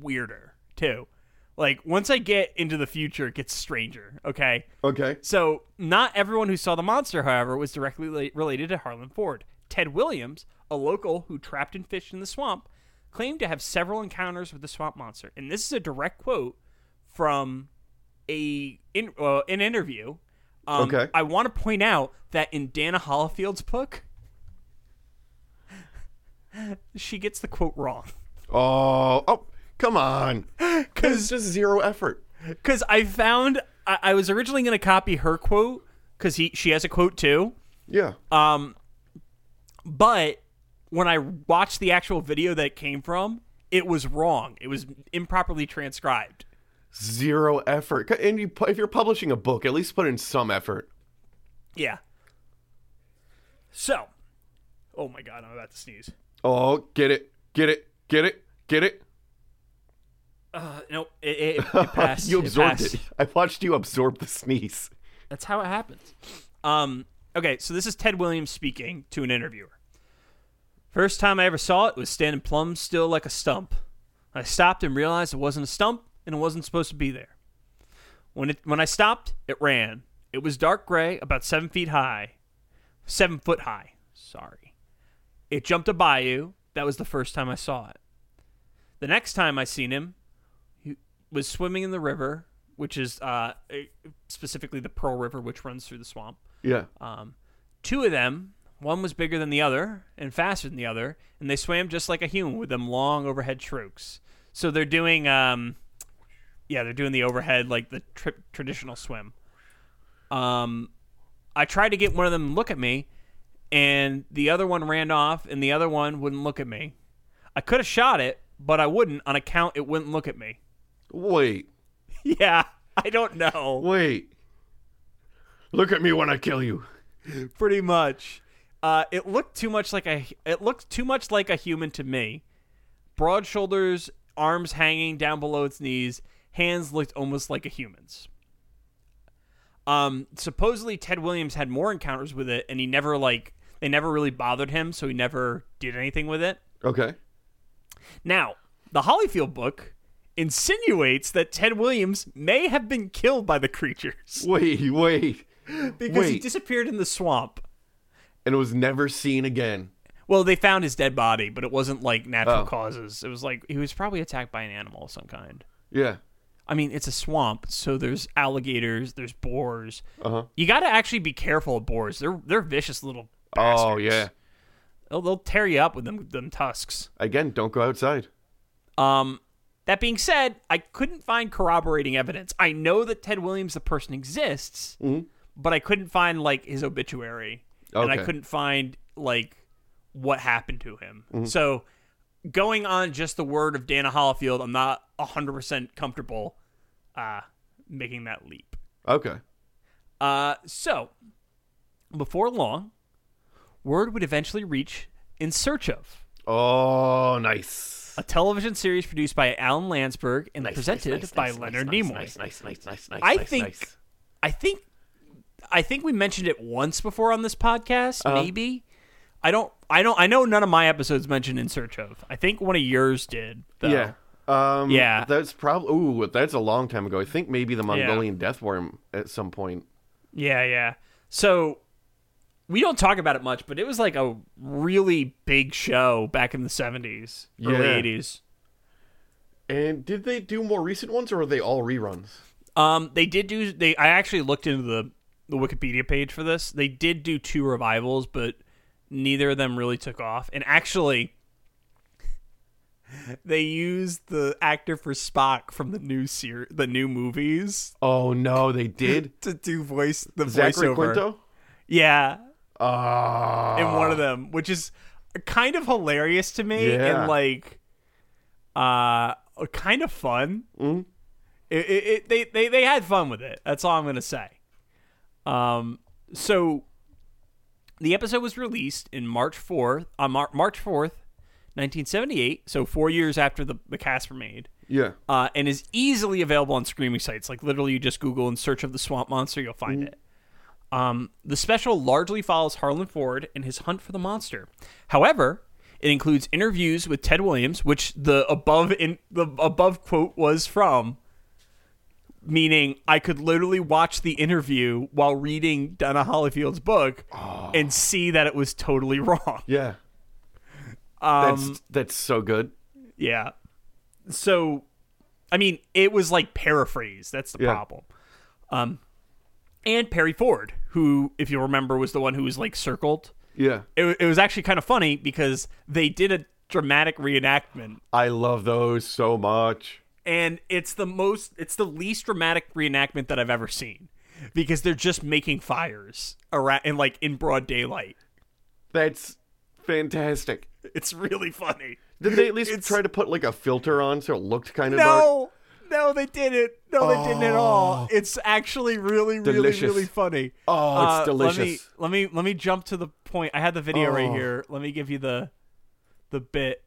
Speaker 2: weirder too. Like once I get into the future, it gets stranger. Okay.
Speaker 1: Okay.
Speaker 2: So, not everyone who saw the monster, however, was directly la- related to Harlan Ford. Ted Williams, a local who trapped and fished in the swamp, claimed to have several encounters with the swamp monster. And this is a direct quote from a in, uh, an interview. Um,
Speaker 1: Okay.
Speaker 2: I want to point out that in Dana Hollifield's book, she gets the quote wrong.
Speaker 1: Oh, oh, come on. Because just zero effort.
Speaker 2: Because I found, I, I was originally going to copy her quote because she has a quote too.
Speaker 1: Yeah.
Speaker 2: Uh, But when I watched the actual video that it came from, it was wrong. It was improperly transcribed.
Speaker 1: zero effort. C- And you, pu- if you're publishing a book, at least put in some effort.
Speaker 2: Yeah. So, oh my god, I'm about to sneeze.
Speaker 1: Oh, get it, get it, get it, get it.
Speaker 2: Uh, no, it, it, it passed.
Speaker 1: you absorbed
Speaker 2: passed.
Speaker 1: it. I watched you absorb the sneeze.
Speaker 2: That's how it happens. Um, okay, so this is Ted Williams speaking to an interviewer. First time I ever saw it was standing plumb still like a stump. I stopped and realized it wasn't a stump and it wasn't supposed to be there. When it when I stopped, it ran. It was dark gray, about seven feet high, seven foot high. Sorry. It jumped a bayou. That was the first time I saw it. The next time I seen him, was swimming in the river, which is uh, specifically the Pearl River, which runs through the swamp.
Speaker 1: Yeah.
Speaker 2: Two of them, one was bigger than the other and faster than the other, and they swam just like a human with them long overhead strokes. So they're doing, um, yeah, they're doing the overhead like the tri- traditional swim. Um, I tried to get one of them to look at me, and the other one ran off, and the other one wouldn't look at me. I could have shot it, but I wouldn't on account it wouldn't look at me.
Speaker 1: wait,
Speaker 2: Yeah, I don't know.
Speaker 1: wait. Look at me when I kill you.
Speaker 2: pretty much. Uh, it looked too much like a it looked too much like a human to me. Broad shoulders, arms hanging down below its knees, hands looked almost like a human's. Um, supposedly Ted Williams had more encounters with it, and he never like they never really bothered him, so he never did anything with it.
Speaker 1: Okay.
Speaker 2: Now, the Hollyfield book insinuates that Ted Williams may have been killed by the creatures
Speaker 1: Wait, wait.
Speaker 2: because he
Speaker 1: Wait.
Speaker 2: disappeared in the swamp.
Speaker 1: And it was never seen again.
Speaker 2: Well, they found his dead body, but it wasn't like natural
Speaker 1: Oh.
Speaker 2: causes. It was like he was probably attacked by an animal of some kind.
Speaker 1: Yeah.
Speaker 2: I mean, it's a swamp, so there's alligators, there's boars. Uh-huh. You got to actually be careful of boars. They're they're vicious little.
Speaker 1: Oh,
Speaker 2: Bastards.
Speaker 1: yeah.
Speaker 2: They'll, they'll tear you up with them them tusks.
Speaker 1: Again, don't go outside.
Speaker 2: Um, that being said, I couldn't find corroborating evidence. I know that Ted Williams, the person, exists, but I couldn't find like his obituary, and I
Speaker 1: Okay.
Speaker 2: couldn't find like what happened to him. So, going on just the word of Dana Hollifield, I'm not 100 percent comfortable uh, making that leap.
Speaker 1: Okay.
Speaker 2: Uh, so, before long, word would eventually reach in search of.
Speaker 1: Oh, nice.
Speaker 2: a television series produced by Alan Landsberg and presented by Leonard Nimoy. I think, I think, I think we mentioned it once before on this podcast.
Speaker 1: Uh-huh.
Speaker 2: Maybe I don't. I don't. I know none of my episodes mentioned in search of. I think one of yours did. Though.
Speaker 1: Yeah. Um,
Speaker 2: Yeah.
Speaker 1: That's probably. Ooh, that's a long time ago. I think maybe the Mongolian death worm at some point.
Speaker 2: Yeah, yeah. So we don't talk about it much, but it was like a really big show back in the seventies, early
Speaker 1: Yeah.
Speaker 2: eighties.
Speaker 1: And did they do more recent ones, or are they all reruns?
Speaker 2: Um, they did do. They I actually looked into the the Wikipedia page for this. They did do two revivals, but neither of them really took off. And actually, they used the actor for Spock from the new ser- the new movies
Speaker 1: Oh no, they did.
Speaker 2: to do voice the
Speaker 1: Zachary
Speaker 2: voiceover.
Speaker 1: Quinto.
Speaker 2: Yeah,
Speaker 1: Ah,
Speaker 2: in one of them, which is kind of hilarious to me
Speaker 1: Yeah.
Speaker 2: and like uh kind of fun. It, it, it they, they they had fun with it. That's all I'm gonna say. Um, so the episode was released in March fourth on Mar- March fourth, 1978. So four years after the the cast were made
Speaker 1: Yeah.
Speaker 2: uh, and is easily available on streaming sites. Like literally, you just Google in search of the Swamp Monster, you'll find it. Um, the special largely follows Harlan Ford and his hunt for the monster. However, it includes interviews with Ted Williams, which the above in the above quote was from. Meaning, I could literally watch the interview while reading Donna Holyfield's book and see that it was totally wrong.
Speaker 1: Yeah. that's that's so good.
Speaker 2: Yeah. So, I mean, it was like paraphrase. That's the
Speaker 1: Yeah.
Speaker 2: problem. Um, and Perry Ford, who, if you remember, was the one who was like circled.
Speaker 1: Yeah.
Speaker 2: It, wa- it was actually kind of funny because they did a dramatic reenactment,
Speaker 1: I love those so much.
Speaker 2: and it's the most, it's the least dramatic reenactment that I've ever seen because they're just making fires around and like in broad daylight.
Speaker 1: That's fantastic.
Speaker 2: It's really funny.
Speaker 1: Did they at least
Speaker 2: It's-
Speaker 1: try to put like a filter on so it looked kind of dark? Oh.
Speaker 2: No, no, they didn't. No, they didn't at all. It's actually really,
Speaker 1: Delicious.
Speaker 2: really, really funny.
Speaker 1: Oh, it's
Speaker 2: Uh,
Speaker 1: delicious. Oh.
Speaker 2: Let me, let me let me jump to the point. I had the video right here. Let me give you the the bit.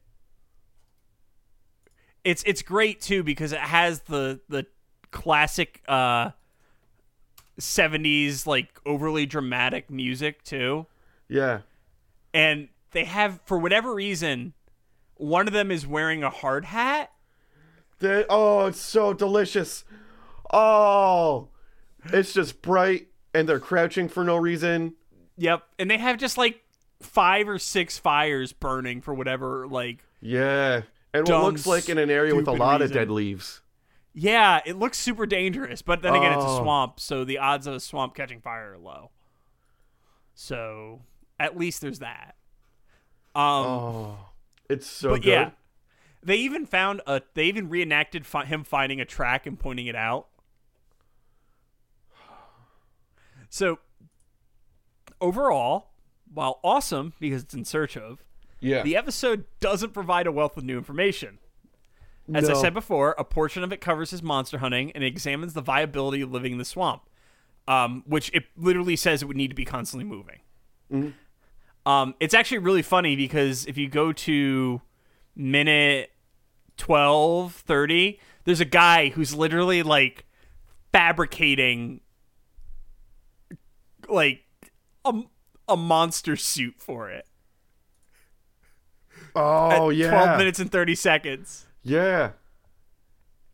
Speaker 2: It's it's great too because it has the the classic uh 70s like overly dramatic music too
Speaker 1: Yeah.
Speaker 2: and they have for whatever reason one of them is wearing a hard hat
Speaker 1: That, oh, it's so delicious. Oh, it's just bright and they're crouching for no reason.
Speaker 2: Yep. And they have just like five or six fires burning for whatever like
Speaker 1: Yeah. And
Speaker 2: Dumb,
Speaker 1: what looks like in an area with a
Speaker 2: stupid
Speaker 1: lot of
Speaker 2: reason.
Speaker 1: dead leaves.
Speaker 2: yeah, it looks super dangerous, but then again it's a
Speaker 1: Oh.
Speaker 2: swamp, so the odds of a swamp catching fire are low. So at least there's that. Um
Speaker 1: It's so
Speaker 2: but
Speaker 1: Oh, good.
Speaker 2: yeah. They even found a they even reenacted fi- him finding a track and pointing it out. So overall, while awesome because it's in search of,
Speaker 1: Yeah.
Speaker 2: The episode doesn't provide a wealth of new information. As I
Speaker 1: No.
Speaker 2: said before, a portion of it covers his monster hunting and examines the viability of living in the swamp, um, which it literally says it would need to be constantly moving.
Speaker 1: Mm-hmm.
Speaker 2: Um, it's actually really funny because if you go to minute 12, 30, there's a guy who's literally like fabricating like a, a monster suit for it
Speaker 1: oh,
Speaker 2: at
Speaker 1: yeah.
Speaker 2: 12 minutes and 30 seconds.
Speaker 1: Yeah.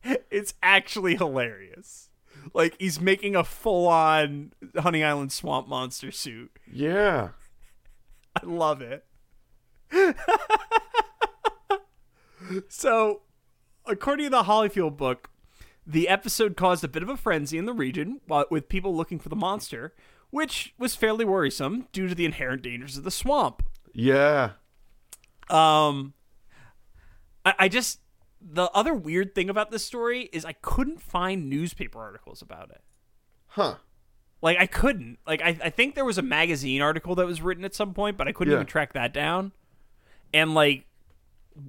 Speaker 2: It's actually hilarious. Like he's making a full-on Honey Island swamp monster suit.
Speaker 1: Yeah.
Speaker 2: I love it. so, according to the Hollyfield book, the episode caused a bit of a frenzy in the region uh, with people looking for the monster, which was fairly worrisome due to the inherent dangers of the swamp.
Speaker 1: Yeah.
Speaker 2: Um, I, I just the other weird thing about this story is I couldn't find newspaper articles about it.
Speaker 1: Huh.
Speaker 2: Like I couldn't. Like I, I think there was a magazine article that was written at some point, but I couldn't
Speaker 1: Yeah.
Speaker 2: even track that down. And like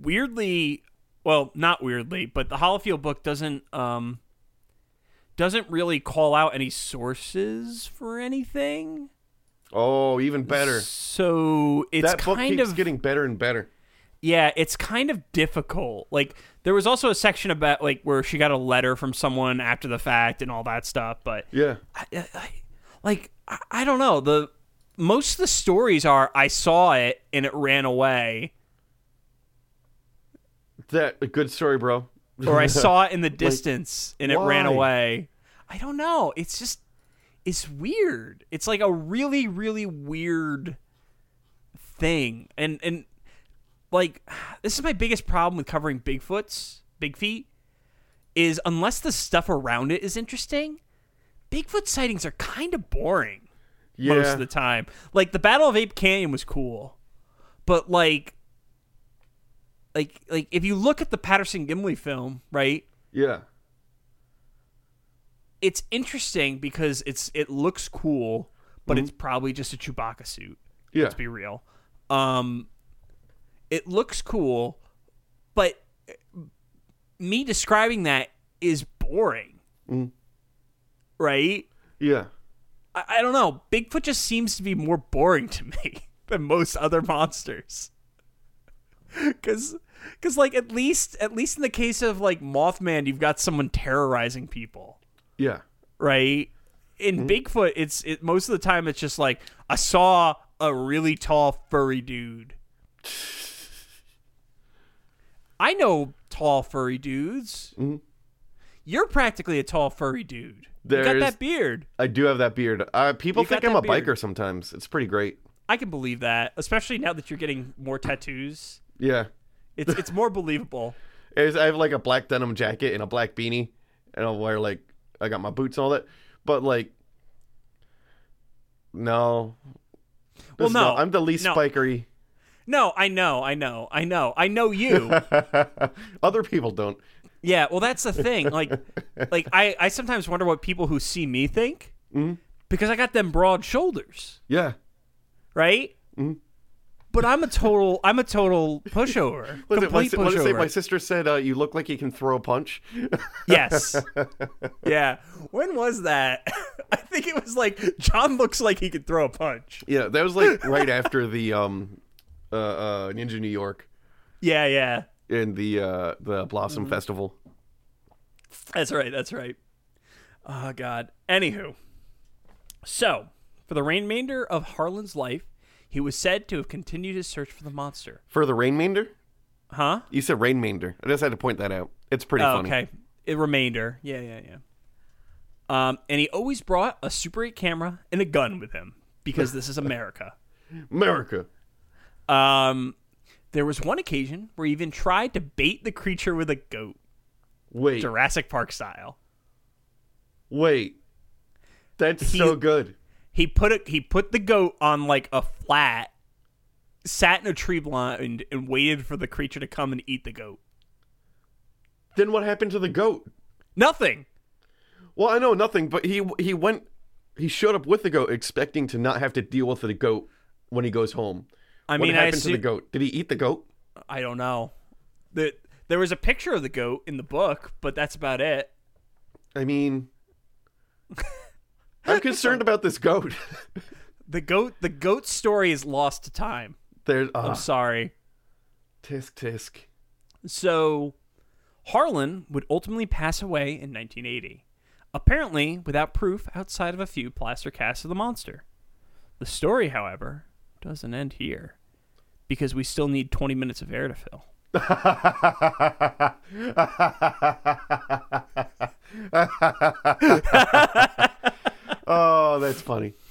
Speaker 2: weirdly, well, not weirdly, but the Hollifield book doesn't um doesn't really call out any sources for anything.
Speaker 1: Oh, even better.
Speaker 2: So it's
Speaker 1: that book
Speaker 2: kind
Speaker 1: keeps
Speaker 2: of
Speaker 1: getting better and better.
Speaker 2: yeah it's kind of difficult like there was also a section about like where she got a letter from someone after the fact and all that stuff but
Speaker 1: Yeah.
Speaker 2: I, I, I- like I, I don't know the most of the stories are i saw it and it ran away
Speaker 1: That a good story, bro.
Speaker 2: or i saw it in the distance and it ran
Speaker 1: why?
Speaker 2: away i don't know it's just it's weird it's like a really really weird thing and and like this is my biggest problem with covering bigfoots big feet is unless the stuff around it is interesting bigfoot sightings are kind of boring
Speaker 1: yeah.
Speaker 2: most of the time like the battle of ape canyon was cool but like like like if you look at the patterson gimli film right
Speaker 1: yeah.
Speaker 2: it's interesting because it's it looks cool but it's probably just a chewbacca suit
Speaker 1: Mm-hmm. Yeah.
Speaker 2: let's be real. Um, It looks cool, but me describing that is boring.
Speaker 1: Mm.
Speaker 2: Right?
Speaker 1: Yeah.
Speaker 2: I, I don't know. Bigfoot just seems to be more boring to me than most other monsters. Cause, cause like at least at least in the case of like Mothman, you've got someone terrorizing people,
Speaker 1: Yeah.
Speaker 2: right? In Bigfoot, it's it most of the time it's just like I saw a really tall furry dude. I know tall furry dudes. You're practically a tall furry dude. you
Speaker 1: There's-
Speaker 2: got that beard.
Speaker 1: I do have that beard. Uh, people
Speaker 2: You
Speaker 1: think
Speaker 2: got
Speaker 1: I'm a
Speaker 2: that beard.
Speaker 1: biker sometimes. It's pretty great.
Speaker 2: I can believe that, especially now that you're getting more tattoos.
Speaker 1: Yeah.
Speaker 2: It's it's more believable.
Speaker 1: It's, I have like a black denim jacket and a black beanie, and I'll wear like I got my boots and all that. But like, no.
Speaker 2: Well,
Speaker 1: This-
Speaker 2: no,
Speaker 1: I'm the least
Speaker 2: no.
Speaker 1: spikery.
Speaker 2: No, I know, I know, I know, I know you.
Speaker 1: Other people don't.
Speaker 2: yeah, well, that's the thing. Like, like I I sometimes wonder what people who see me think
Speaker 1: Mm-hmm.
Speaker 2: because I got them broad shoulders,
Speaker 1: Yeah.
Speaker 2: right?
Speaker 1: Mm-hmm.
Speaker 2: But I'm a total I'm a total pushover,
Speaker 1: Was it, my,
Speaker 2: complete
Speaker 1: si- what did it say?
Speaker 2: pushover.
Speaker 1: my sister said uh, you look like you can throw a punch.
Speaker 2: Yes. yeah. When was that? I think it was like John looks like he could throw a punch.
Speaker 1: yeah, that was like right after the um, uh, uh, Ninja New York
Speaker 2: Yeah, yeah.
Speaker 1: and the uh, the Blossom
Speaker 2: Mm-hmm.
Speaker 1: Festival.
Speaker 2: That's right. That's right. Oh God. Anywho, so for the remainder of Harlan's life, he was said to have continued his search for the monster.
Speaker 1: For the Rainmander?
Speaker 2: Huh?
Speaker 1: You said Rainmander. I just had to point that out. It's pretty
Speaker 2: Oh,
Speaker 1: funny.
Speaker 2: okay. It remainder. Yeah, yeah, yeah. Um, and he always brought a Super 8 camera and a gun with him because this is America.
Speaker 1: America.
Speaker 2: Um, there was one occasion where he even tried to bait the creature with a goat,
Speaker 1: Wait.
Speaker 2: Jurassic Park style.
Speaker 1: Wait. That's
Speaker 2: He-
Speaker 1: so good.
Speaker 2: he put a, he put the goat on like a flat, sat in a tree blind, and waited for the creature to come and eat the goat.
Speaker 1: Then what happened to the goat?
Speaker 2: Nothing.
Speaker 1: Well, I know nothing, but he he went he showed up with the goat expecting to not have to deal with the goat when he goes home.
Speaker 2: I
Speaker 1: what
Speaker 2: mean, I
Speaker 1: happened to
Speaker 2: assu-
Speaker 1: the goat? Did he eat the goat?
Speaker 2: I don't know. The, there was a picture of the goat in the book, but that's about it.
Speaker 1: I mean I'm concerned about this goat.
Speaker 2: The goat the goat story is lost to time.
Speaker 1: There's
Speaker 2: I'm
Speaker 1: uh,
Speaker 2: sorry.
Speaker 1: tisk tisk.
Speaker 2: So Harlan would ultimately pass away in 1980, apparently without proof outside of a few plaster casts of the monster. The story, however, doesn't end here because we still need 20 minutes of air to fill.
Speaker 1: Oh, that's funny.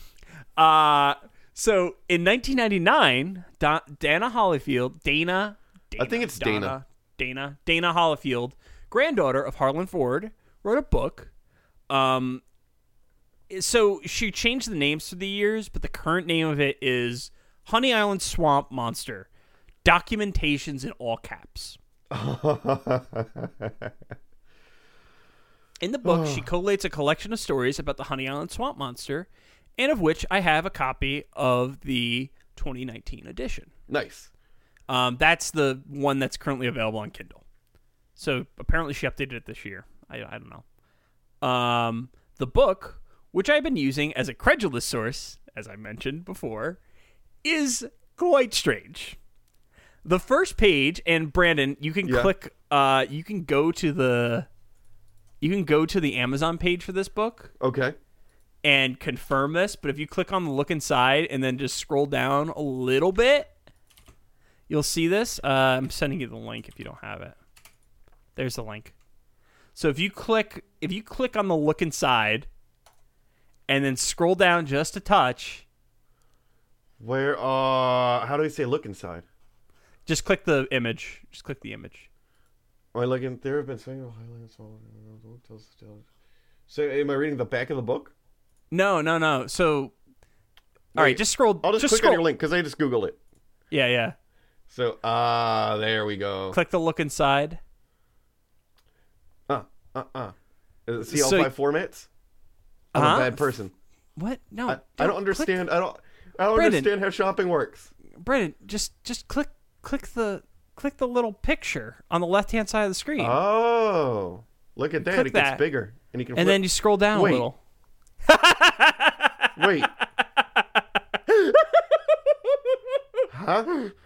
Speaker 2: Uh, so in 1999, Da- Dana Hollifield, Dana, Dana,
Speaker 1: I think it's
Speaker 2: Donna,
Speaker 1: Dana.
Speaker 2: Dana, Dana Hollifield, granddaughter of Harlan Ford, wrote a book. Um, so she changed the names through the years, but the current name of it is Honey Island Swamp Monster Documentations in all caps. In the book, she collates a collection of stories about the Honey Island Swamp Monster, and of which I have a copy of the 2019 edition.
Speaker 1: Nice.
Speaker 2: Um, that's the one that's currently available on Kindle. So apparently, she updated it this year. I, I don't know. Um, the book, which I've been using as a credulous source, as I mentioned before, is quite strange. The first page, and Brandon, you can
Speaker 1: Yeah.
Speaker 2: click. Uh, you can go to the. You can go to the Amazon page for this book
Speaker 1: Okay.
Speaker 2: and confirm this, but if you click on the look inside and then just scroll down a little bit, you'll see this. Uh, I'm sending you the link if you don't have it. There's the link. So if you click if you click on the look inside and then scroll down just a touch,
Speaker 1: Where uh how do I say look inside?
Speaker 2: just click the image. Just click the image.
Speaker 1: Am I looking there have been several highlights all So am I reading the back of the book?
Speaker 2: No, no, no. So all right,
Speaker 1: Wait,
Speaker 2: just scroll.
Speaker 1: I'll just, click
Speaker 2: scroll.
Speaker 1: on your link because I just Googled it.
Speaker 2: Yeah, yeah.
Speaker 1: So ah, there we go.
Speaker 2: Click the look inside.
Speaker 1: Uh, uh, uh. Is it See all
Speaker 2: So-
Speaker 1: five formats? I'm
Speaker 2: Huh?
Speaker 1: a bad person.
Speaker 2: What? No,
Speaker 1: I, I don't
Speaker 2: Oh, click-
Speaker 1: understand. I don't. I don't
Speaker 2: Brandon.
Speaker 1: understand how shopping works.
Speaker 2: Brandon, just just click click the click the little picture on the left hand side of the screen,
Speaker 1: Oh, look at that!
Speaker 2: Click
Speaker 1: it gets
Speaker 2: that.
Speaker 1: bigger, and you can.
Speaker 2: and
Speaker 1: flip-
Speaker 2: then you scroll down
Speaker 1: Wait.
Speaker 2: a little.
Speaker 1: Wait. huh?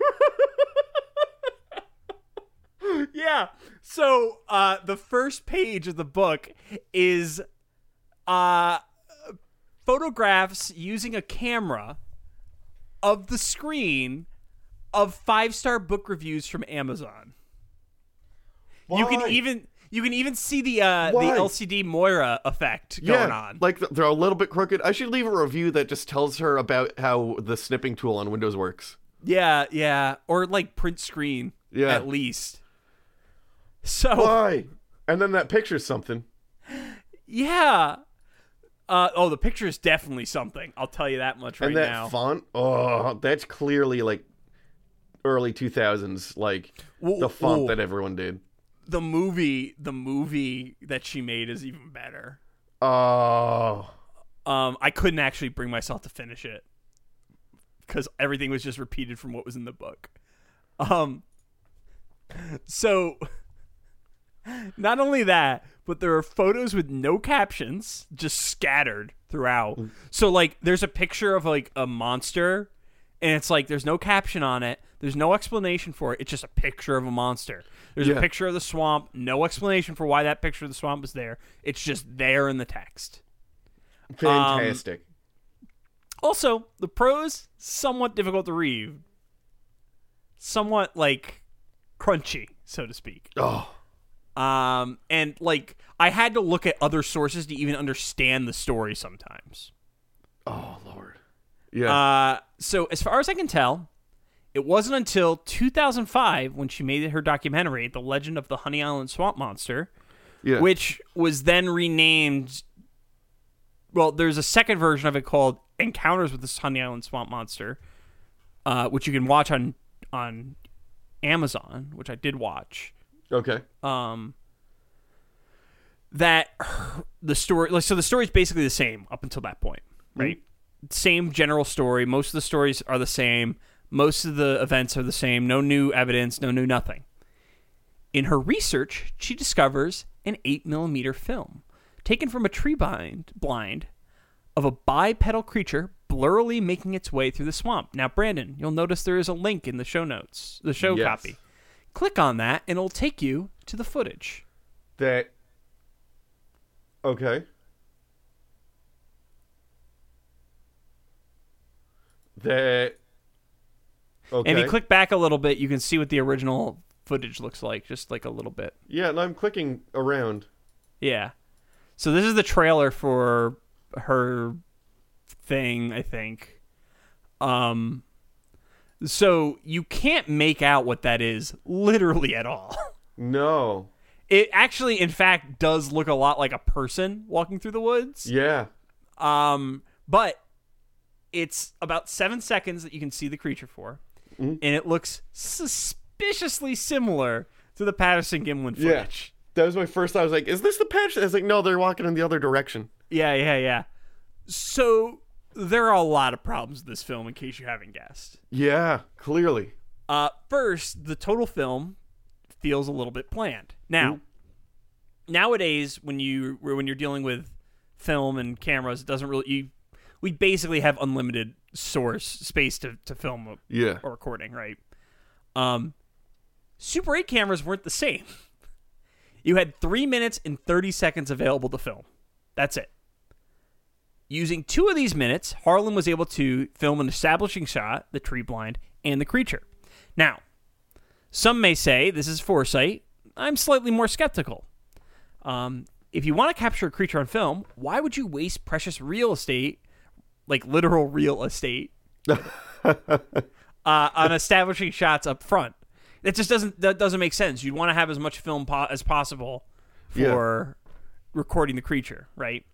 Speaker 2: Yeah. So uh, the first page of the book is uh, photographs using a camera of the screen of five star book reviews from Amazon. You
Speaker 1: Why?
Speaker 2: can even you can even see the uh, the
Speaker 1: Why?
Speaker 2: LCD Moira effect
Speaker 1: yeah,
Speaker 2: going on.
Speaker 1: Like th- they're a little bit crooked. I should leave a review that just tells her about how the snipping tool on Windows works.
Speaker 2: yeah, yeah, or like print screen.
Speaker 1: Yeah.
Speaker 2: at least. So
Speaker 1: Why? And then that picture's something.
Speaker 2: Yeah. Uh, oh, the picture is definitely something. I'll tell you that much right
Speaker 1: and that
Speaker 2: now.
Speaker 1: font. Oh, that's clearly like early 2000s, like
Speaker 2: Wo-
Speaker 1: the font
Speaker 2: wo-
Speaker 1: that everyone did.
Speaker 2: the movie, the movie that she made is even better.
Speaker 1: Oh.
Speaker 2: Um, I couldn't actually bring myself to finish it because everything was just repeated from what was in the book. Um, so not only that, but there are photos with no captions, just scattered throughout. So like, there's a picture of like a monster, and it's like there's no caption on it. There's no explanation for it. It's just a picture of a monster. There's
Speaker 1: Yeah.
Speaker 2: a picture of the swamp. No explanation for why that picture of the swamp is there. It's just there in the text.
Speaker 1: Fantastic.
Speaker 2: Also, the prose somewhat difficult to read, somewhat like crunchy, so to speak.
Speaker 1: oh.
Speaker 2: Um, and like I had to look at other sources to even understand the story sometimes.
Speaker 1: Oh, Lord. Yeah.
Speaker 2: Uh, so as far as I can tell, it wasn't until 2005 when she made her documentary, "The Legend of the Honey Island Swamp Monster,"
Speaker 1: yeah.
Speaker 2: which was then renamed. Well, there's a second version of it called Encounters with the Sunny Island Swamp Monster, uh, which you can watch on on Amazon, which I did watch.
Speaker 1: Okay.
Speaker 2: Um, that her- the story, like, so the story's basically the same up until that point, right? Same general story. Most of the stories are the same. Most of the events are the same. No new evidence. No new nothing. In her research, she discovers an 8mm film taken from a tree bind, blind of a bipedal creature blurrily making its way through the swamp. Now, Brandon, you'll notice there is a link in the show notes, the show
Speaker 1: Yes.
Speaker 2: copy. Click on that, and it'll take you to the footage.
Speaker 1: That. Okay. That. Okay.
Speaker 2: And if you click back a little bit, you can see what the original footage looks like, just like a little bit.
Speaker 1: Yeah, and I'm clicking around.
Speaker 2: Yeah. So this is the trailer for her thing, I think. Um so you can't make out what that is literally at all.
Speaker 1: No.
Speaker 2: It actually in fact does look a lot like a person walking through the woods.
Speaker 1: Yeah.
Speaker 2: Um, but it's about seven seconds that you can see the creature for, and it looks suspiciously similar to the Patterson Gimlin
Speaker 1: Yeah.
Speaker 2: footage.
Speaker 1: That was my first thought. I was like, is this the patch? I was like, no, they're walking in the other direction.
Speaker 2: Yeah, yeah, yeah. So there are a lot of problems with this film, in case you haven't guessed.
Speaker 1: Yeah, clearly.
Speaker 2: Uh, first, the total film feels a little bit planned. Now, nowadays, when you when you're dealing with film and cameras, it doesn't really. You, we basically have unlimited source space to, to film a-
Speaker 1: Yeah.
Speaker 2: a recording, right? Um, Super 8 cameras weren't the same. You had three minutes and 30 seconds available to film. That's it. Using two of these minutes, Harlan was able to film an establishing shot, the tree blind, and the creature. Now, some may say this is foresight. I'm slightly more skeptical. Um, if you want to capture a creature on film, why would you waste precious real estate, like literal real estate, uh, on establishing shots up front? That just doesn't that doesn't make sense. You'd want to have as much film po- as possible
Speaker 1: Yeah.
Speaker 2: for recording the creature, right?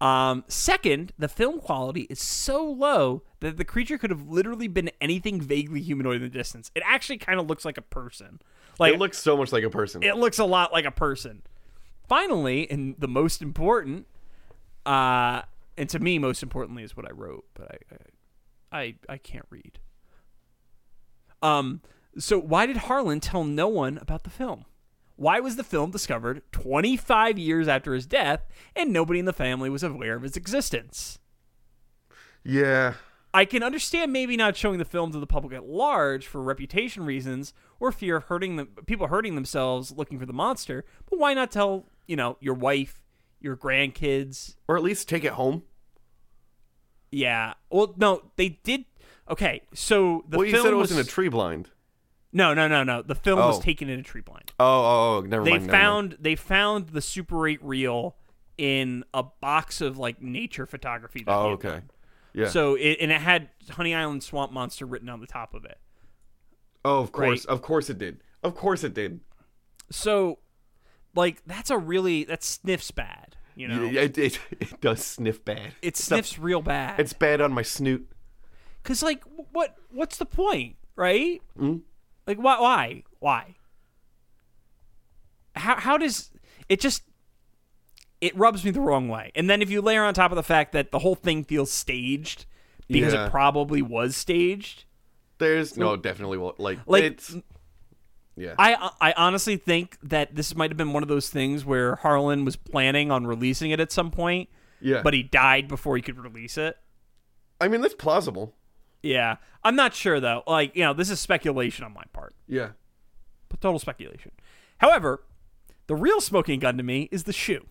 Speaker 2: Um, second, the film quality is so low that the creature could have literally been anything vaguely humanoid in the distance. It actually kind of looks like a person. Like
Speaker 1: It looks so much like a person.
Speaker 2: it looks a lot like a person. Finally, and the most important, uh, and to me, most importantly is what I wrote, but I, I, I, I can't read. Um, so why did Harlan tell no one about the film? Why was the film discovered 25 years after his death and nobody in the family was aware of its existence?
Speaker 1: Yeah.
Speaker 2: I can understand maybe not showing the film to the public at large for reputation reasons or fear of hurting them, people hurting themselves looking for the monster, but why not tell, you know, your wife, your grandkids?
Speaker 1: Or at least take it home.
Speaker 2: Yeah. Well, no, they did. Okay, so the
Speaker 1: well, you
Speaker 2: film
Speaker 1: said it was,
Speaker 2: was
Speaker 1: in a tree blind.
Speaker 2: No, no, no, no. The film was
Speaker 1: Oh.
Speaker 2: taken in a tree blind.
Speaker 1: Oh, oh, oh never
Speaker 2: They
Speaker 1: mind. never mind.
Speaker 2: found they found the Super 8 reel in a box of like nature photography. That he
Speaker 1: Oh,
Speaker 2: had
Speaker 1: okay.
Speaker 2: done.
Speaker 1: Yeah.
Speaker 2: So it and it had Honey Island Swamp Monster written on the top of it.
Speaker 1: oh, of course,
Speaker 2: right.
Speaker 1: of course it did. Of course it did.
Speaker 2: So, like that's a really that sniffs bad. You know,
Speaker 1: Yeah, It, it, it does sniff bad.
Speaker 2: it sniffs real bad.
Speaker 1: It's bad on my snoot.
Speaker 2: Cause like wh- what what's the point, right?
Speaker 1: Hmm?
Speaker 2: Like why why why? How how does it just it rubs me the wrong way? And then if you layer on top of the fact that the whole thing feels staged because
Speaker 1: Yeah.
Speaker 2: it probably was staged,
Speaker 1: There's no definitely wa- like
Speaker 2: Like-
Speaker 1: it's yeah.
Speaker 2: I I honestly think that this might have been one of those things where Harlan was planning on releasing it at some point,
Speaker 1: yeah.
Speaker 2: but he died before he could release it.
Speaker 1: I mean that's plausible.
Speaker 2: Yeah, I'm not sure though. Like you know, this is speculation on my part.
Speaker 1: Yeah.
Speaker 2: but total speculation. However, the real smoking gun to me is the shoe.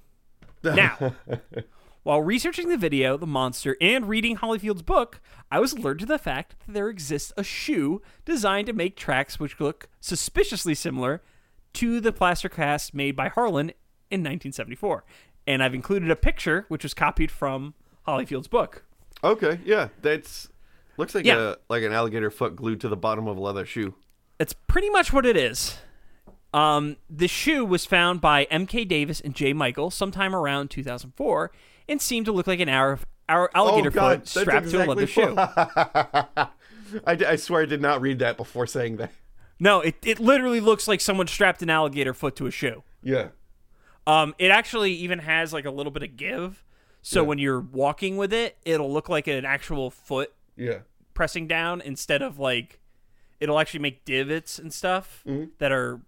Speaker 2: Now, while researching the video, the monster, and reading Hollyfield's book, I was alerted to the fact that there exists a shoe designed to make tracks which look suspiciously similar to the plaster cast made by Harlan in 1974. And I've included a picture which was copied from Hollyfield's book.
Speaker 1: Okay. Yeah. That's looks like
Speaker 2: Yeah.
Speaker 1: a like an alligator foot glued to the bottom of a leather shoe.
Speaker 2: That's pretty much what it is. Um, the shoe was found by M.K. Davis and J. Michael sometime around 2004 and seemed to look like an hour, hour alligator
Speaker 1: Oh, God,
Speaker 2: foot
Speaker 1: that's
Speaker 2: strapped to a leather
Speaker 1: exactly
Speaker 2: shoe.
Speaker 1: I, d- I swear I did not read that before saying that.
Speaker 2: No, it, it literally looks like someone strapped an alligator foot to a shoe.
Speaker 1: Yeah.
Speaker 2: Um, it actually even has like a little bit of give. So when you're walking with it, it'll look like an actual foot
Speaker 1: Yeah.
Speaker 2: pressing down instead of like it'll actually make divots and stuff that are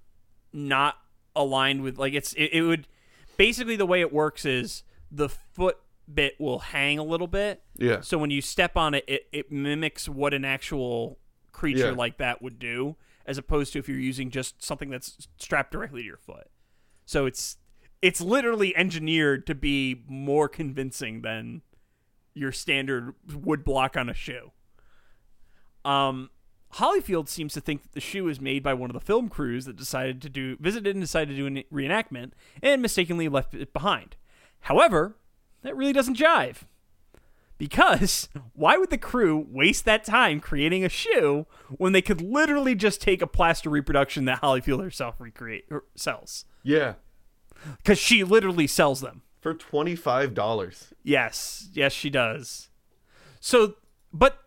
Speaker 2: not aligned with like it's it, it would basically the way it works is the foot bit will hang a little bit
Speaker 1: Yeah.
Speaker 2: so when you step on it it, it mimics what an actual creature
Speaker 1: Yeah.
Speaker 2: like that would do as opposed to if you're using just something that's strapped directly to your foot so it's it's literally engineered to be more convincing than your standard wood block on a shoe. Um, Hollyfield seems to think that the shoe is made by one of the film crews that decided to do visited and decided to do a reenactment and mistakenly left it behind. However, that really doesn't jive. Because why would the crew waste that time creating a shoe when they could literally just take a plaster reproduction that Hollyfield herself recreate or sells?
Speaker 1: Yeah.
Speaker 2: Because she literally sells them.
Speaker 1: For twenty five dollars.
Speaker 2: Yes, yes, she does. So, but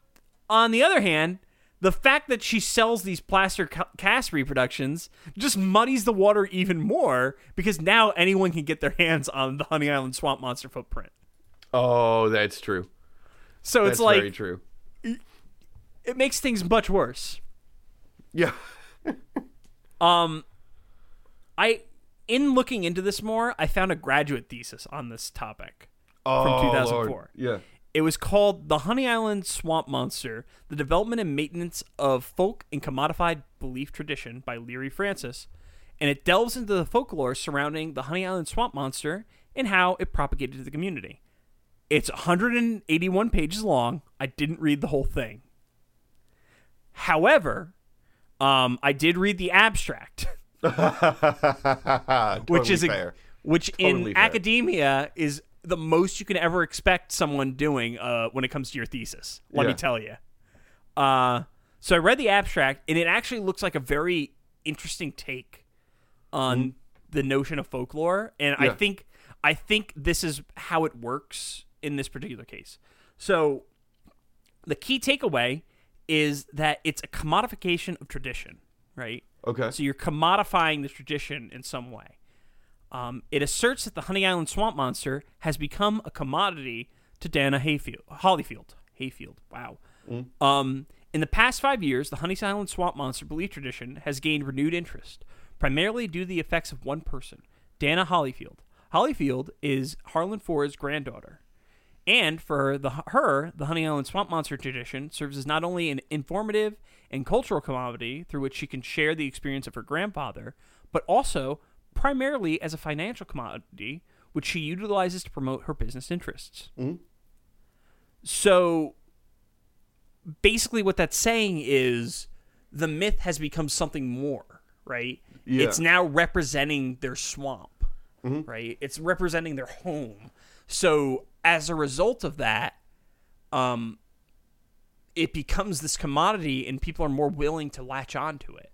Speaker 2: on the other hand, the fact that she sells these plaster ca- cast reproductions just muddies the water even more because now anyone can get their hands on the Honey Island Swamp Monster footprint.
Speaker 1: Oh, that's true.
Speaker 2: So
Speaker 1: That's
Speaker 2: it's like
Speaker 1: very true.
Speaker 2: it makes things much worse.
Speaker 1: Yeah.
Speaker 2: I in looking into this more, I found a graduate thesis on this topic.
Speaker 1: Oh, Lord.
Speaker 2: 2004.
Speaker 1: Yeah.
Speaker 2: It was called The Honey Island Swamp Monster The Development and Maintenance of Folk and Commodified Belief Tradition by Leary Francis, and it delves into the folklore surrounding the Honey Island Swamp Monster and how it propagated to the community. It's 181 pages long. I didn't read the whole thing. However, um, I did read the abstract, which
Speaker 1: Totally
Speaker 2: is a,
Speaker 1: fair.
Speaker 2: which
Speaker 1: Totally
Speaker 2: in
Speaker 1: fair.
Speaker 2: academia is the most you can ever expect someone doing uh, when it comes to your thesis. Let
Speaker 1: Yeah.
Speaker 2: me tell you. Uh, so I read the abstract, and it actually looks like a very interesting take on the notion of folklore, and
Speaker 1: Mm-hmm.
Speaker 2: I
Speaker 1: Yeah.
Speaker 2: think I think this is how it works in this particular case. So the key takeaway is that it's a commodification of tradition, right?
Speaker 1: Okay.
Speaker 2: So you're commodifying the tradition in some way. Um, it asserts that the Honey Island Swamp Monster has become a commodity to Dana Hayfield, Hollyfield, Hayfield. Wow. Um, In the past five years, the Honey Island swamp monster belief tradition has gained renewed interest, primarily due to the effects of one person, Dana Hollyfield. Hollyfield is Harlan Ford's granddaughter. And for the, her, the Honey Island Swamp Monster tradition serves as not only an informative and cultural commodity through which she can share the experience of her grandfather, but also primarily as a financial commodity which she utilizes to promote her business interests. So basically, what that's saying is the myth has become something more,
Speaker 1: Yeah.
Speaker 2: right?
Speaker 1: Mm-hmm.
Speaker 2: It's now representing their swamp right? It's representing their home. So as a result of that, um, it becomes this commodity, and people are more willing to latch onto it,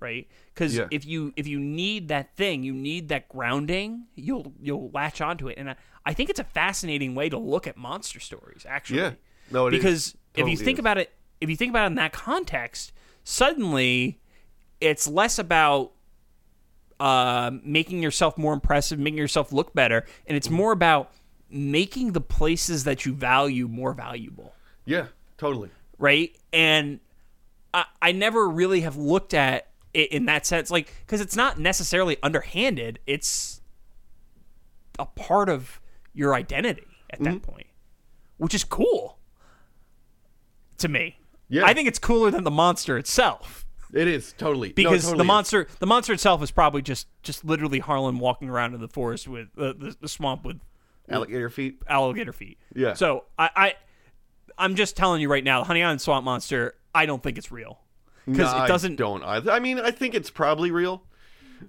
Speaker 2: right? Because
Speaker 1: Mm-hmm. Yeah.
Speaker 2: if you if you need that thing, you need that grounding, you'll you'll latch onto it, and I, I think it's a fascinating way to look at monster stories, actually.
Speaker 1: Yeah. No, it is.
Speaker 2: because if you
Speaker 1: Totally
Speaker 2: think
Speaker 1: is.
Speaker 2: about it, if you think about it in that context, suddenly it's less about uh, making yourself more impressive, making yourself look better, and
Speaker 1: Mm-hmm.
Speaker 2: it's more about making the places that you value more valuable,
Speaker 1: Yeah, totally.
Speaker 2: right? And I, I never really have looked at it in that sense, like because it's not necessarily underhanded; it's a part of your identity at that
Speaker 1: Mm-hmm.
Speaker 2: point, which is cool to me.
Speaker 1: Yeah.
Speaker 2: I think it's cooler than the monster itself
Speaker 1: It is totally No, it
Speaker 2: because
Speaker 1: totally
Speaker 2: the
Speaker 1: is.
Speaker 2: monster the monster itself is probably just just literally Harlan walking around in the forest with uh, the, the swamp with
Speaker 1: alligator feet.
Speaker 2: alligator feet.
Speaker 1: Yeah.
Speaker 2: So I, I I'm just telling you right now, the Honey Island Swamp Monster. I don't think it's real because
Speaker 1: No,
Speaker 2: it
Speaker 1: I
Speaker 2: doesn't.
Speaker 1: don't either. I mean, I think it's probably real.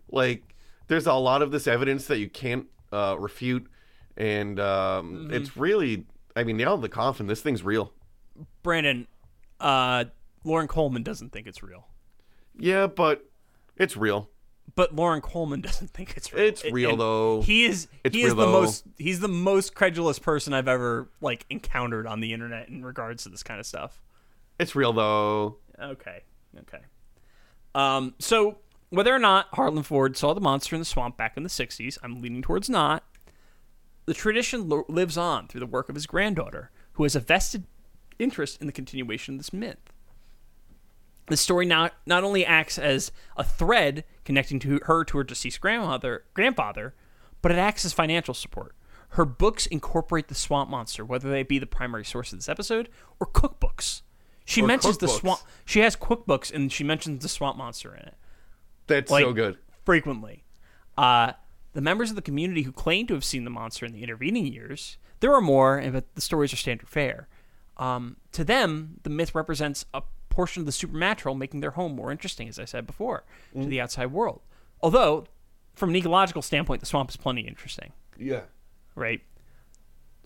Speaker 1: Like, there's a lot of this evidence that you can't uh, refute, and um,
Speaker 2: Mm-hmm.
Speaker 1: it's really. I mean, nail in the coffin. This thing's real.
Speaker 2: Brandon, uh, Lauren Coleman doesn't think it's real,
Speaker 1: Yeah, but it's real.
Speaker 2: but Lauren Coleman doesn't think it's real.
Speaker 1: It's
Speaker 2: And-
Speaker 1: real,
Speaker 2: and
Speaker 1: though.
Speaker 2: He is
Speaker 1: It's
Speaker 2: he is
Speaker 1: real,
Speaker 2: the
Speaker 1: though.
Speaker 2: most he's the most credulous person I've ever like encountered on the internet in regards to this kind of stuff.
Speaker 1: It's real though.
Speaker 2: Okay. Okay. Um, so whether or not Harlan Ford saw the monster in the swamp back in the 60s, I'm leaning towards not. The tradition lo- lives on through the work of his granddaughter, who has a vested interest in the continuation of this myth. The story not, not only acts as a thread connecting to her to her deceased grandmother, grandfather, but it acts as financial support. Her books incorporate the swamp monster, whether they be the primary source of this episode or cookbooks. She
Speaker 1: Or
Speaker 2: mentions the
Speaker 1: cookbooks.
Speaker 2: swamp. She has cookbooks, and she mentions the swamp monster in it
Speaker 1: That's so
Speaker 2: Like-
Speaker 1: good.
Speaker 2: frequently. Uh, the members of the community who claim to have seen the monster in the intervening years, there are more, and- but the stories are standard fare. Um, to them, the myth represents a portion of the supernatural, making their home more interesting, as I said before, to the outside world. Although, from an ecological standpoint, the swamp is plenty interesting
Speaker 1: Yeah.
Speaker 2: right?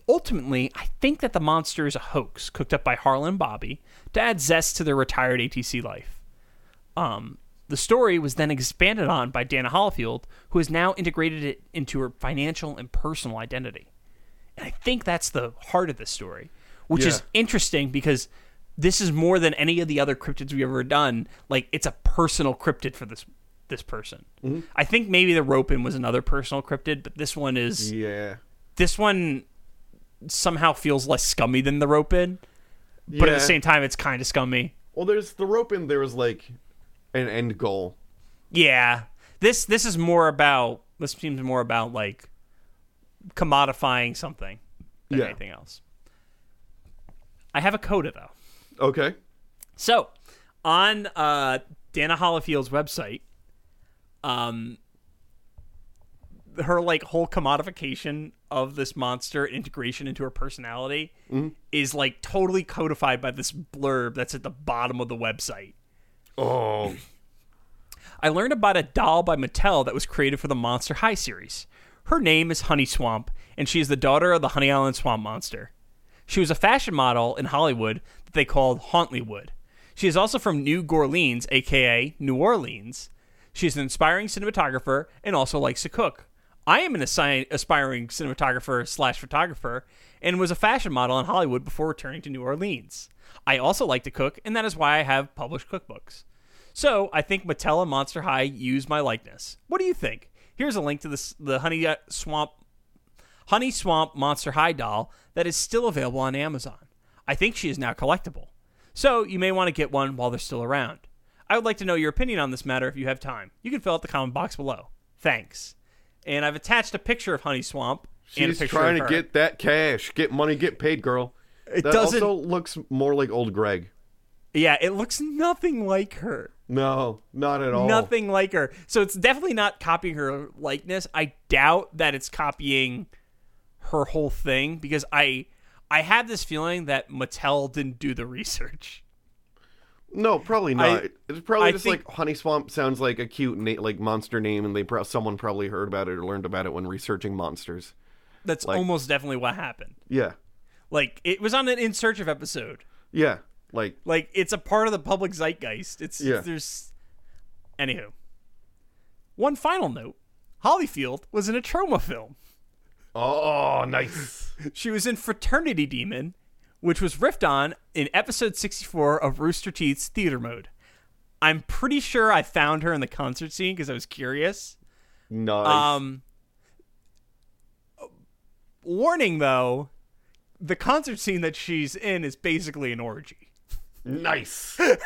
Speaker 2: Ultimately, I think that the monster is a hoax cooked up by Harlan and Bobby to add zest to their retired ATC life. Um, the story was then expanded on by Dana Hollifield, who has now integrated it into her financial and personal identity. And I think that's the heart of this story, which is
Speaker 1: Yeah.
Speaker 2: interesting because this is more than any of the other cryptids we've ever done. Like it's a personal cryptid for this this person.
Speaker 1: Mm-hmm.
Speaker 2: I think maybe the Ropin was another personal cryptid, but this one is
Speaker 1: Yeah.
Speaker 2: this one somehow feels less scummy than the rope in, but at
Speaker 1: Yeah.
Speaker 2: the same time, it's kind of scummy.
Speaker 1: Well, there's the rope in there was like an end goal.
Speaker 2: Yeah, this this is more about this seems more about like commodifying something than
Speaker 1: Yeah.
Speaker 2: anything else. I have a coda though.
Speaker 1: Okay.
Speaker 2: So, on uh, Dana Hollifield's website, um, her like whole commodification of this monster integration into her personality is like totally codified by this blurb that's at the bottom of the website.
Speaker 1: Oh.
Speaker 2: I learned about a doll by Mattel that was created for the Monster High series. Her name is Honey Swamp, and she is the daughter of the Honey Island Swamp Monster. She was a fashion model in Hollywood that they called Hauntleywood. She is also from New Gorleans, aka New Orleans. She is an inspiring cinematographer and also likes to cook. I am an assi- aspiring cinematographer slash photographer and was a fashion model in Hollywood before returning to New Orleans. I also like to cook, and that is why I have published cookbooks. So I think Mattel and Monster High use my likeness. What do you think? Here's a link to this, the Honey uh, Swamp Honey Swamp Monster High doll that is still available on Amazon. I think she is now collectible. So you may want to get one while they're still around. I would like to know your opinion on this matter if you have time. You can fill out the comment box below. Thanks. And I've attached a picture of Honey Swamp. and a
Speaker 1: She's
Speaker 2: picture
Speaker 1: trying
Speaker 2: of
Speaker 1: to
Speaker 2: her.
Speaker 1: get that cash, get money, get paid, girl.
Speaker 2: It
Speaker 1: that
Speaker 2: doesn't-
Speaker 1: also looks more like old Greg.
Speaker 2: Yeah, it looks nothing like her.
Speaker 1: No, not at all.
Speaker 2: Nothing like her. So it's definitely not copying her likeness. I doubt that it's copying her whole thing because I I have this feeling that Mattel didn't do the research.
Speaker 1: No, probably not. it's probably
Speaker 2: I
Speaker 1: just
Speaker 2: think-
Speaker 1: like Honey Swamp sounds like a cute na- like monster name, and they pro- someone probably heard about it or learned about it when researching monsters.
Speaker 2: That's
Speaker 1: Like-
Speaker 2: almost definitely what happened.
Speaker 1: Yeah,
Speaker 2: Like it was on an In Search of episode.
Speaker 1: yeah, like
Speaker 2: Like it's a part of the public zeitgeist. It's
Speaker 1: Yeah.
Speaker 2: there's anywho. One final note: Hollyfield was in a trauma film.
Speaker 1: oh, nice.
Speaker 2: She was in Fraternity Demon, which was riffed on in episode 64 of Rooster Teeth's Theater Mode. I'm pretty sure I found her in the concert scene because I was curious.
Speaker 1: nice.
Speaker 2: Um, warning though, the concert scene that she's in is basically an orgy.
Speaker 1: Nice. nice,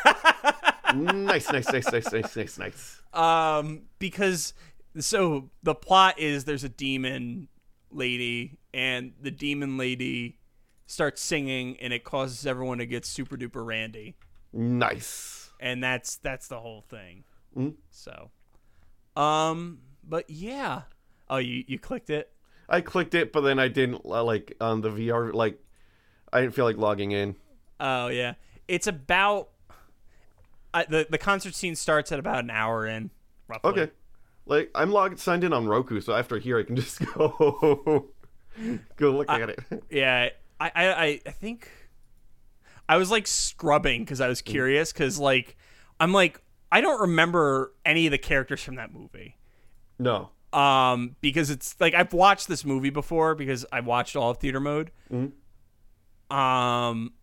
Speaker 1: nice, nice, nice, nice, nice, nice.
Speaker 2: um because so the plot is there's a demon lady and the demon lady starts singing and it causes everyone to get super duper randy
Speaker 1: Nice.
Speaker 2: and that's that's the whole thing so um but yeah oh you you clicked it
Speaker 1: I clicked it, but then I didn't uh, like on the VR. Like, I didn't feel like logging in.
Speaker 2: oh yeah it's about I, the the concert scene starts at about an hour in roughly
Speaker 1: Okay, like I'm logged signed in on Roku, so after here I can just go go look at it.
Speaker 2: Yeah, I, I, I- I think I was like scrubbing because I was curious because like I'm like I don't remember any of the characters from that movie.
Speaker 1: No,
Speaker 2: Um, because it's like I've watched this movie before because I watched all of theater mode. Um,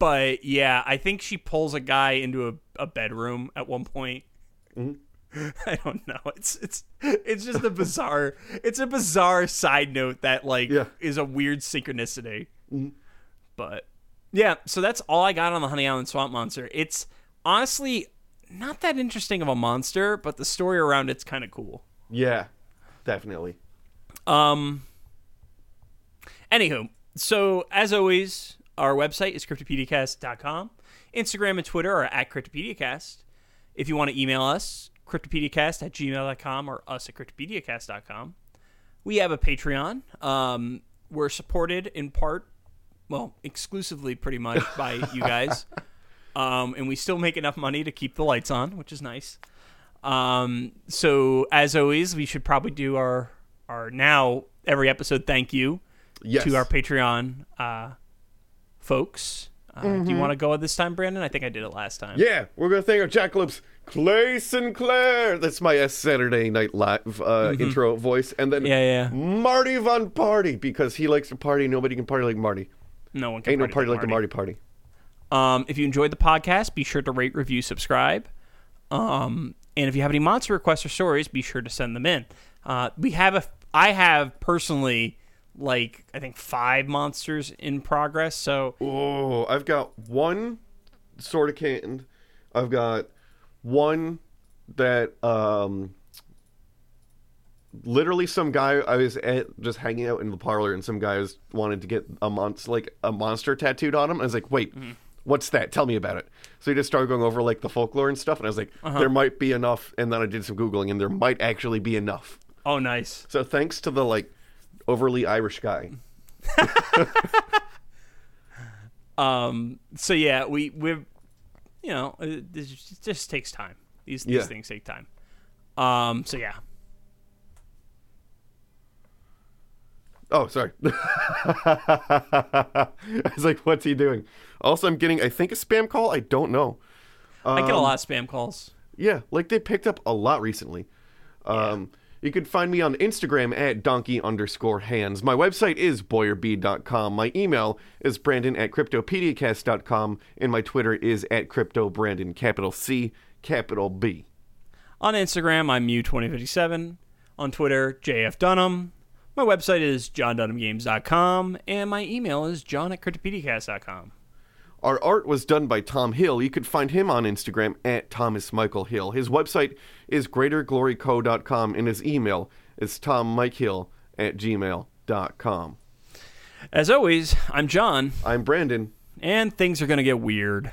Speaker 2: but yeah, I think she pulls a guy into a, a bedroom at one point. I don't know. It's it's it's just a bizarre. it's a bizarre side note that like
Speaker 1: Yeah.
Speaker 2: is a weird synchronicity. But yeah, so that's all I got on the Honey Island Swamp Monster. It's honestly not that interesting of a monster, but the story around it's kind of cool.
Speaker 1: yeah, definitely.
Speaker 2: Um. Anywho, so as always, our website is cryptopediacast.com. Instagram and Twitter are at cryptopediacast. If you want to email us, cryptopediacast at gmail.com or us at cryptopediacast.com. We have a Patreon. Um, we're supported in part, well, exclusively pretty much by you guys. Um, and we still make enough money to keep the lights on, which is nice. Um, so as always, we should probably do our our now every episode thank you
Speaker 1: Yes.
Speaker 2: to our Patreon uh, folks. Uh, Do you want to go at this time, Brandon? I think I did it last time.
Speaker 1: Yeah, we're gonna thank our jackalopes, Clay Sinclair. That's my uh, Saturday Night Live uh, intro voice, and then
Speaker 2: Mm-hmm. Yeah, yeah.
Speaker 1: Marty Von Party because he likes to party. Nobody can party like Marty.
Speaker 2: No one can
Speaker 1: Ain't no party like the Marty Party.
Speaker 2: Um, if you enjoyed the podcast, be sure to rate, review, subscribe. Um, and if you have any monster requests or stories, be sure to send them in. Uh, we have a, I have personally like I think five monsters in progress. So
Speaker 1: Oh, I've got one sort of canned. I've got one that um literally some guy I was at just hanging out in the parlor and some guy was wanted to get a monster like a monster tattooed on him. I was like, "Wait, what's that? Tell me about it." So he just started going over like the folklore and stuff and I was like, "There might be enough." And then I did some googling and there might actually be enough.
Speaker 2: oh, nice.
Speaker 1: So thanks to the like overly Irish guy.
Speaker 2: Um, so yeah, we we, you know, it, it just- it just takes time. These these
Speaker 1: Yeah.
Speaker 2: things take time. Um, so yeah,
Speaker 1: Oh, sorry. I was like, what's he doing? Also, I'm getting, I think, a spam call. I don't know.
Speaker 2: I get a lot of spam calls.
Speaker 1: Yeah, like they picked up a lot recently. Um, You can find me on Instagram at donkey underscore hands. My website is boyerb.com. My email is brandon at cryptopediacast.com. And my Twitter is at cryptobrandon, capital C, capital B.
Speaker 2: On Instagram, I'm Mew2057. On Twitter, JF Dunham. My website is johndunhamgames.com, and my email is john at cryptopediacast.com.
Speaker 1: Our art was done by Tom Hill. You could find him on Instagram at Thomas Michael Hill. His website is greatergloryco.com and his email is tommikehill at gmail.com.
Speaker 2: As always, I'm John,
Speaker 1: I'm Brandon.
Speaker 2: and things are going to get weird.